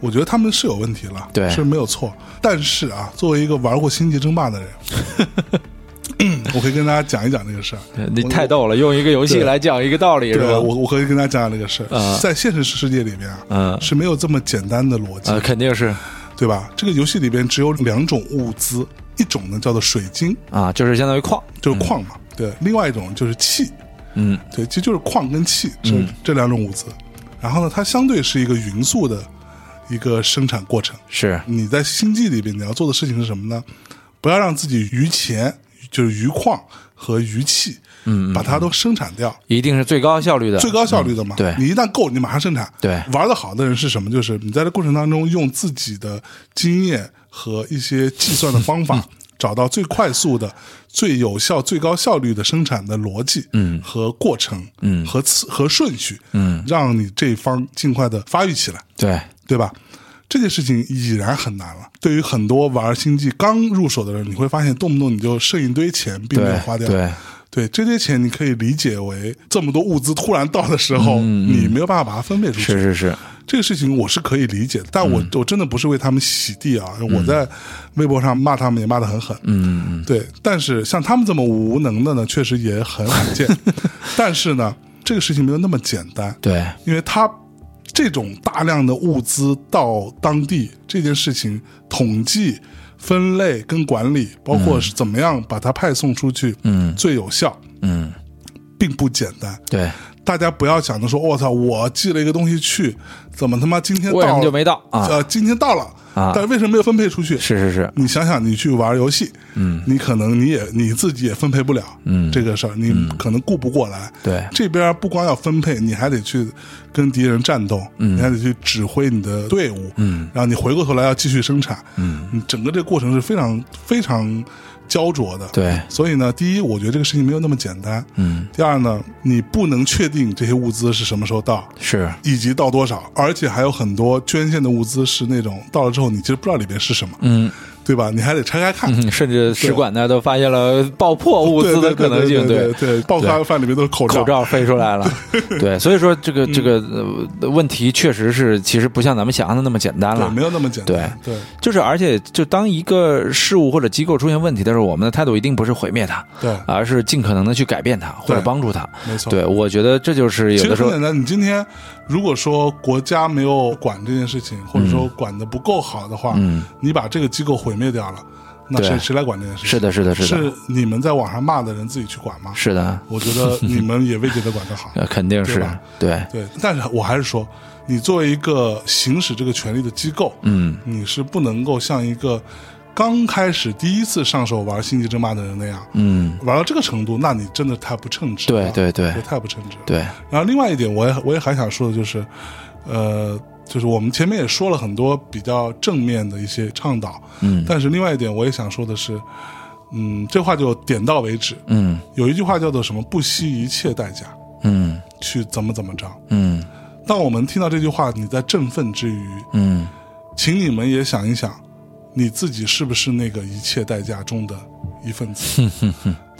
我觉得他们是有问题了，
对
是没有错。但是啊，作为一个玩过星际争霸的人。 我可以跟大家讲一讲这个事儿，
你太逗了，用一个游戏
对
来讲一个道理是
对
吧？
我我可以跟大家讲讲这个事儿，
啊
在现实世界里面啊，
嗯
是没有这么简单的逻辑
呃，肯定是
对吧？这个游戏里边只有两种物资，一种呢叫做水晶，
啊，就是相当于矿，
就是矿嘛，对；另外一种就是气，
嗯
对，其实就是矿跟气这、这两种物资。然后呢，它相对是一个匀速的一个生产过程。
是
你在星际里边你要做的事情是什么呢？不要让自己余钱，就是余矿和余气，嗯，把它都生产掉，
一定是最高效率的，
最高效率的
嗯
嘛。
对
你一旦够，你马上生产。
对
玩的好的人是什么？就是你在这过程当中用自己的经验和一些计算的方
嗯
法，找到最快速的、最有效、最高效率的生产的逻辑，嗯，和过程，嗯，和次和顺序，嗯，让你这一方尽快的发育起来，
对。
对吧？这件事情已然很难了。对于很多玩星际刚入手的人，你会发现动不动你就剩一堆钱，并没有花掉。
对，
对这些钱，你可以理解为这么多物资突然到的时候，你没有办法把它分配出
嗯
去。
是是嗯是，
这个事情我是可以理解的，但我、我真的不是为他们洗地啊！我在微博上骂他们也骂得很狠，
嗯嗯
对。但是像他们这么无能的呢，确实也很罕 见。但是呢，这个事情没有那么简单，
对，
因为他这种大量的物资到当地这件事情，统计、分类跟管理，包括是怎么样把它派送出去，
嗯
最有效。
嗯，
并不简单。
对，
大家不要想着说，我、操，我寄了一个东西去，怎么他妈今天
为什
到
么
了
就没到啊？
呃，今天到了，
啊
但是为什么没有分配出去？
是是是，
你想想，你去玩游戏，嗯，你可能你也你自己也分配不了，嗯，这个事儿你可能顾不过来。
对
这边不光要分配，你还得去跟敌人战斗，嗯，你还得去指挥你的队伍，嗯，然后你回过头来要继续生产，嗯，你整个这个过程是非常非常焦灼的。，
对，
所以呢，第一，我觉得这个事情没有那么简单，
嗯，
第二呢，你不能确定这些物资是什么时候到，
是，
以及到多少，而且还有很多捐献的物资是那种到了之后你其实不知道里面是什么，
嗯，
对吧？你还得拆开看。
嗯甚至使馆呢都发现了爆破物
对
资
对
的
对
可能
对
性，
对对，爆咖饭里面都是口罩，
口罩飞出来了，对，所以说这
嗯
个这个呃问题确实是，其实不像咱们想象的那么简单
对，
了
没。有那么简单。对
就是，而且就当一个事物或者机构出现问题的时候，我们的态度一定不是毁灭它，
对
而是尽可能的去改变它或者
对
帮助它。
没错。
对，我觉得这就是有
其实
的时
很
候
简单，你今天如果说国家没有管这件事情，或者
嗯
说管的不够好的话，你把这个机构毁灭掉了，那谁
对
谁来管这件事情？
是的，是的，是的，
是你们在网上骂的人自己去管吗？
是的，
我觉得你们也未必能管 得好。
呃肯定
对
是
吧
对，
对，但是我还是说，你作为一个行使这个权利的机构，
嗯，
你是不能够像一个刚开始第一次上手玩《星际争霸》的人那样，
嗯，
玩到这个程度，那你真的太不称职
对
了。
对对
对，太不称职了。
对，
然后另外一点，我也我也还想说的就是，呃，就是我们前面也说了很多比较正面的一些倡导，
嗯
但是另外一点我也想说的是，嗯，这话就点到为止。
嗯
有一句话叫做什么？不惜一切代价
嗯
去怎么怎么着。
嗯
当我们听到这句话，你在振奋之余，
嗯
请你们也想一想，你自己是不是那个一切代价中的一份子？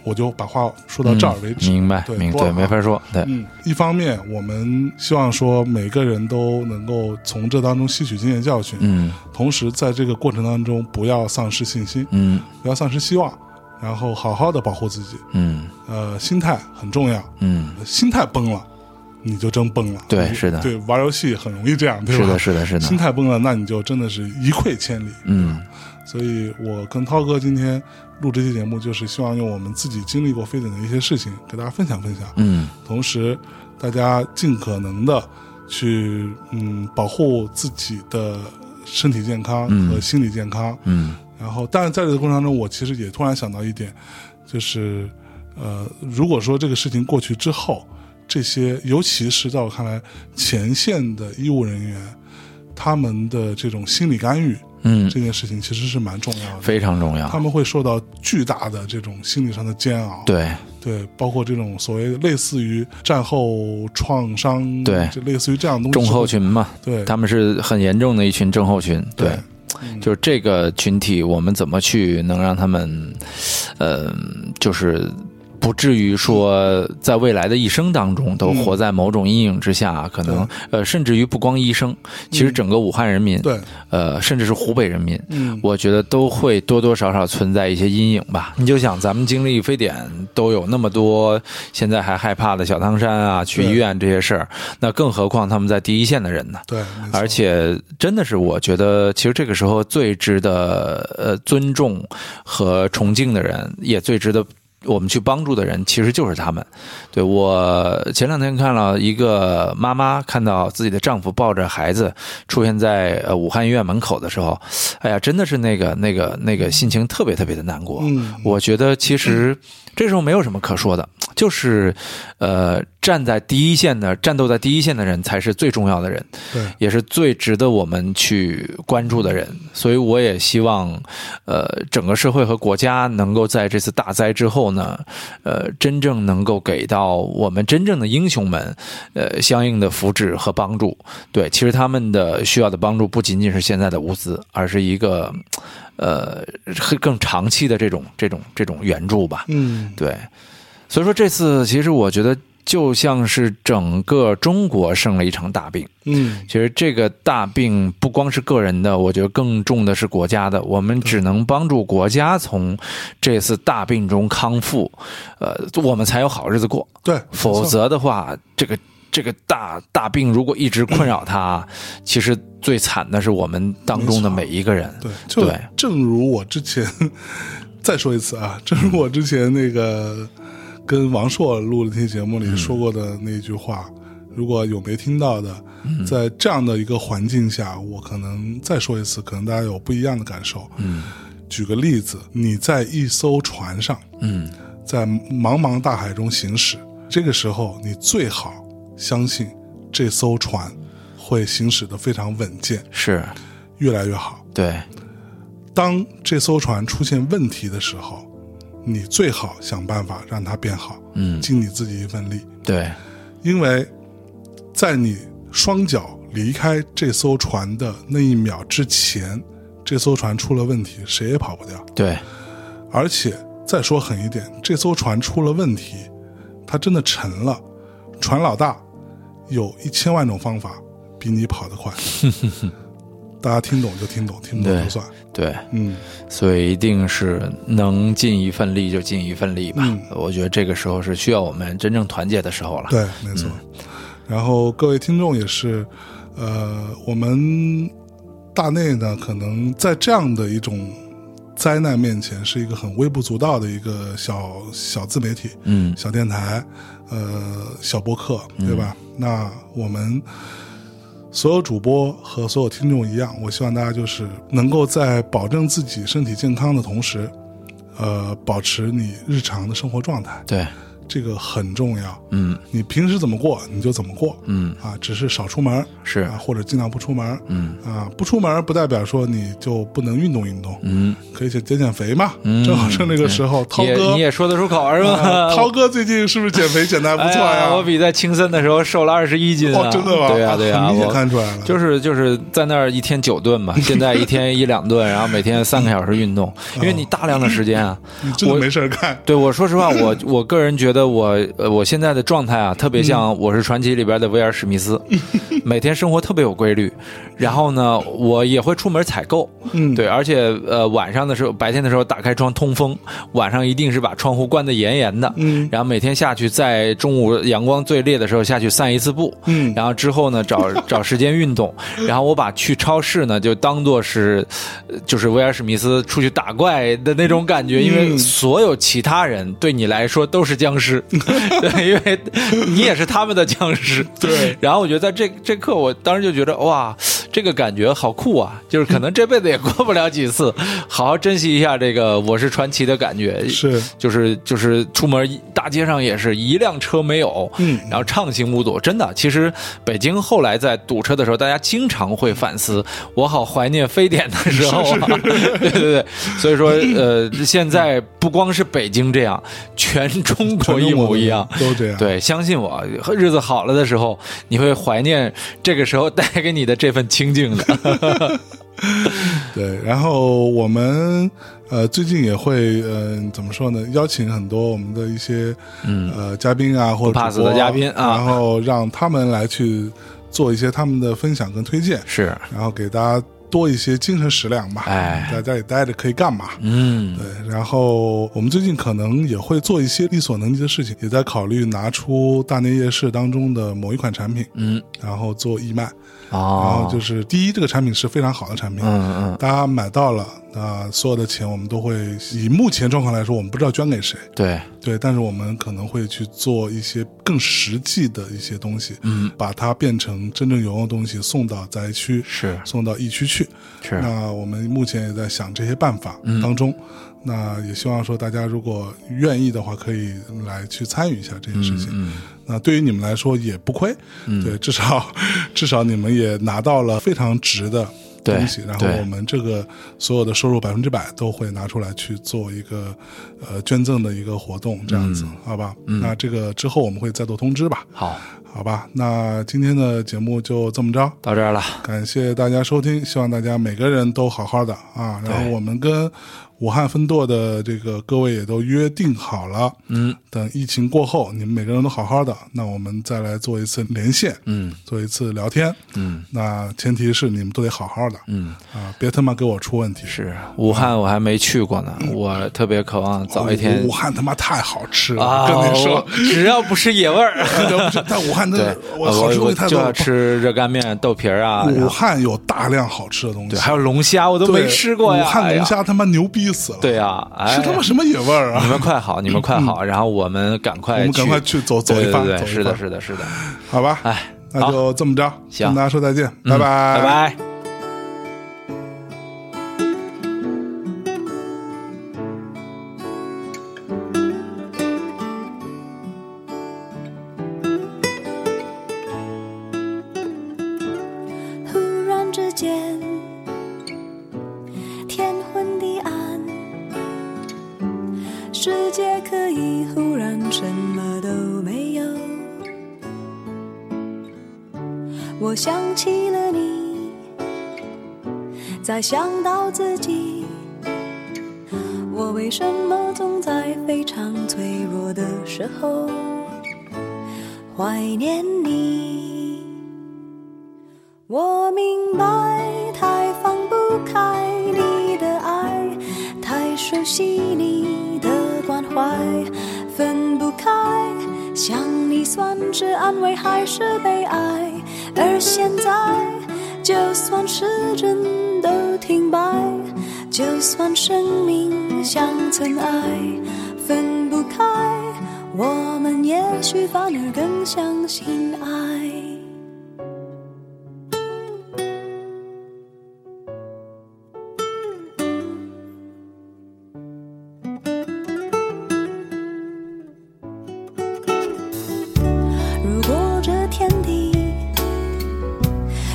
我就把话说到这儿为止。
嗯明白
对
明
多
对
了
没
啊
法说，对，
嗯，一方面我们希望说每个人都能够从这当中吸取经验教训，
嗯
同时在这个过程当中不要丧失信心，
嗯
不要丧失希望，然后好好的保护自己。
嗯
呃，心态很重要，
嗯，
心态崩了，你就真崩了。
对
你
是的
对，玩游戏很容易这样，对吧？
是的是的是
心
的，
态崩了，那你就真的是一溃千里。
嗯
所以我跟涛哥今天录这期节目，就是希望用我们自己经历过非典的一些事情给大家分享分享，
嗯
同时大家尽可能的去嗯保护自己的身体健康
嗯
和心理健康。
嗯
然后，但是在这个过程当中，我其实也突然想到一点，就是呃，如果说这个事情过去之后，这些尤其是在我看来，前线的医务人员。他们的这种心理干预，
嗯，
这件事情其实是蛮重要的，
非常重要
他，们会受到巨大的这种心理上的煎熬，
对
对包括这种所谓类似于战后创伤，
对
就类似于这样的东西，
症候，群嘛，
对，
他们是很严重的一群症候群，对。
对嗯
就是这个群体，我们怎么去能让他们，呃，就是不至于说在未来的一生当中都
嗯
活在某种阴影之下，可能呃，甚至于不光医生，其实整个武汉人民，
嗯对，
呃，甚至是湖北人民。
嗯，
我觉得都会多多少少存在一些阴影吧。你就想，咱们经历非典都有那么多，现在还害怕的小汤山啊，去
对
医院这些事儿，那更何况他们在第一线的人呢？
对，没错
而且真的是，我觉得其实这个时候最值得呃尊重和崇敬的人，也最值得。我们去帮助的人其实就是他们。对我前两天看了一个妈妈看到自己的丈夫抱着孩子出现在呃武汉医院门口的时候，哎呀，真的是那个那个那个心情特别特别的难过。
嗯，
我觉得其实这时候没有什么可说的，就是呃，站在第一线的、战斗在第一线的人才是最重要的人，
对，
也是最值得我们去关注的人。所以我也希望，呃，整个社会和国家能够在这次大灾之后呢，呃，真正能够给到我们真正的英雄们，呃，相应的福祉和帮助。对，其实他们的需要的帮助不仅仅是现在的物资，而是一个。呃，更长期的这种这种这种援助吧。
嗯，
对，所以说这次其实我觉得就像是整个中国生了一场大病。
嗯，
其实这个大病不光是个人的，我觉得更重的是国家的。我们只能帮助国家从这次大病中康复，呃，我们才有好日子过。
对，
否
没错
则的话，这个这个大大病如果一直困扰他，其实最惨的是我们当中的
嗯没
每一个人。
对，就
对
正如我之前再说一次啊，正如我之前那个跟王朔录的那期节目里说过的那句话，如果有没听到的，在这样的一个环境下，我可能再说一次，可能大家有不一样的感受。嗯，举个例子，你在一艘船上，
嗯
在茫茫大海中行驶，这个时候你最好相信这艘船会行驶的非常稳健，
是
越来越好。
对，
当这艘船出现问题的时候，你最好想办法让它变好，
嗯
尽你自己一份力。
对，
因为，在你双脚离开这艘船的那一秒之前，这艘船出了问题，谁也跑不掉。
对，
而且再说狠一点，这艘船出了问题，它真的沉了，船老大有一千万种方法比你跑得快。大家听懂就听懂，听不懂
对
就算。
对，
嗯，
所以一定是能尽一份力就尽一份力吧。
嗯
我觉得这个时候是需要我们真正团结的时候了。
对，没错。然后各位听众也是，呃，我们大内呢，可能在这样的一种灾难面前，是一个很微不足道的一个小小自媒体、
嗯，
小电台，呃，小播客，对吧？那我们。所有主播和所有听众一样，我希望大家就是能够在保证自己身体健康的同时，呃，保持你日常的生活状态，
对，
这个很重要。
嗯
你平时怎么过你就怎么过
嗯，
啊，只是少出门儿
是
啊，，或者尽量不出门儿
嗯
啊。不出门儿不代表说你就不能运动运动，
嗯，
可以去减减肥嘛。
嗯
正好趁这个时候，涛
你也
哥
你也说得出口是吧？
啊涛哥最近是不是减肥减的还不错
哎
呀？
我比在青森的时候瘦了二十一斤啊！
哦，真的吗？
对呀对呀，
很明显
我
看出来了，
就是就是在那儿一天九顿嘛，现在一天一两顿，然后每天三个小时运动，因
嗯
为你大量的时间啊。
你真的
我
没事儿干。
对我说实话，我我个人觉得我呃我现在的状态啊，特别像
嗯
《我是传奇》里边的威尔史密斯，每天生活特别有规律。然后呢，我也会出门采购，
嗯，
对，而且呃晚上的时候，白天的时候打开窗通风，晚上一定是把窗户关得严严的。
嗯
然后每天下去，在中午阳光最烈的时候下去散一次步，
嗯
然后之后呢，找找时间运动。然后我把去超市呢，就当做是，呃就是威尔史密斯出去打怪的那种感觉，因为所有其他人对你来说都是僵尸，对，因为你也是他们的僵尸。
对。
然后我觉得在这这刻，我当时就觉得哇，这个感觉好酷啊！就是可能这辈子也过不了几次，好好珍惜一下这个我是传奇的感觉。
是，
就是就是出门一大街上也是一辆车没有，
嗯
然后畅行无阻。真的，其实北京后来在堵车的时候，大家经常会反思，我好怀念非典的时候啊， 对对对。所以说，呃，现在不光是北京这样，全中国一模一样。
都这样。
对，相信我，日子好了的时候，你会怀念这个时候带给你的这份清静的。
对，然后我们呃最近也会呃怎么说呢？邀请很多我们的一些
嗯
呃嘉宾啊，或者
不怕
主播
死的嘉宾啊
然后让他们来去做一些他们的分享跟推荐，
是，
然后给大家多一些精神食粮吧。
哎
在家里待着可以干嘛？
嗯，
对，然后我们最近可能也会做一些力所能及的事情，也在考虑拿出大内夜市当中的某一款产品，
嗯，
然后做义卖。然
哦
后，就是第一，这个产品是非常好的产品，
嗯嗯，
大家买到了，啊、所有的钱我们都会以目前状况来说，我们不知道捐给谁，
对，
对，但是我们可能会去做一些更实际的一些东西，
嗯，
把它变成真正有用的东西，送到灾区，
是
送到疫区去。
是，
那我们目前也在想这些办法
嗯
当中，那也希望说大家如果愿意的话，可以来去参与一下这件事情。
嗯
那对于你们来说也不亏，对，至少 至少你们也拿到了非常值的
对
东西。然后
对
我们这个所有的收入百分之百都会拿出来去做一个呃捐赠的一个活动，这样子，
嗯
好吧？那这个之后我们会再做通知吧，
好，
好吧？那今天的节目就这么着。
到这儿了，
感谢大家收听，希望大家每个人都好好的啊。然后我们跟武汉分舵的这个各位也都约定好了，
嗯，
等疫情过后，你们每个人都好好的，那我们再来做一次连线，
嗯
做一次聊天。
嗯
那前提是你们都得好好的
嗯，
啊，别他妈给我出问题。
是啊武汉我还没去过呢，我特别渴望早一天
嗯哦武汉他妈太好吃了，
啊，
跟你说
我，只要不是野味儿，
不是在武汉真
对
的，
我
好吃东
我
西太
就
多
要
了。
吃热干面、豆皮儿啊，然
武
后
汉有大量好吃的东西
对，，还有龙虾，我都
对
没吃过呀，
武汉龙
哎呀，
虾他妈牛逼死了，
对呀，哎
是他妈什么野味儿
你
啊？
们快好，你们快好，然后我们赶快，
我们赶快去走走一
哎对
番
对
走
对，
一
是的，
番
是的，是的，
好吧，
哎，
那就这么着，
行
跟大家说再见，
嗯
拜
拜拜。
忽然之间，天昏地暗，世界可以忽然什么都没有。我想起了你，再想到自己，我为什么总在非常脆弱的时候怀念你？我明白，太放不开你的爱，太熟悉你的关怀，分不开。想你算是安慰还是悲哀？而现在，就算时针都停摆，就算生命像尘埃，分不开，我们也许反而更相信爱。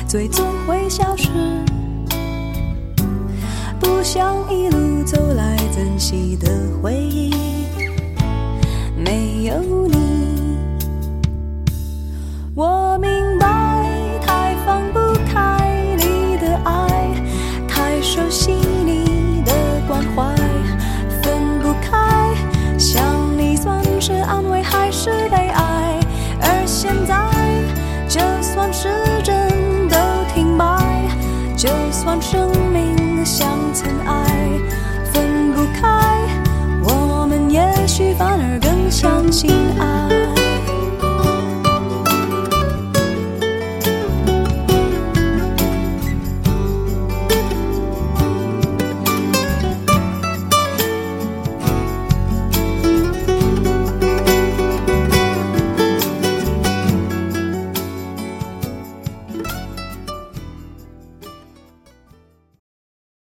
最终会消失。不想一路走来珍惜的回忆，没有你，我明白太放不开你的爱，太熟悉你的关怀，分不开，想你算是安慰还是悲哀？而现在，就算时针都停摆，就算生命像尘埃，分不开，我们也许反而更相信爱。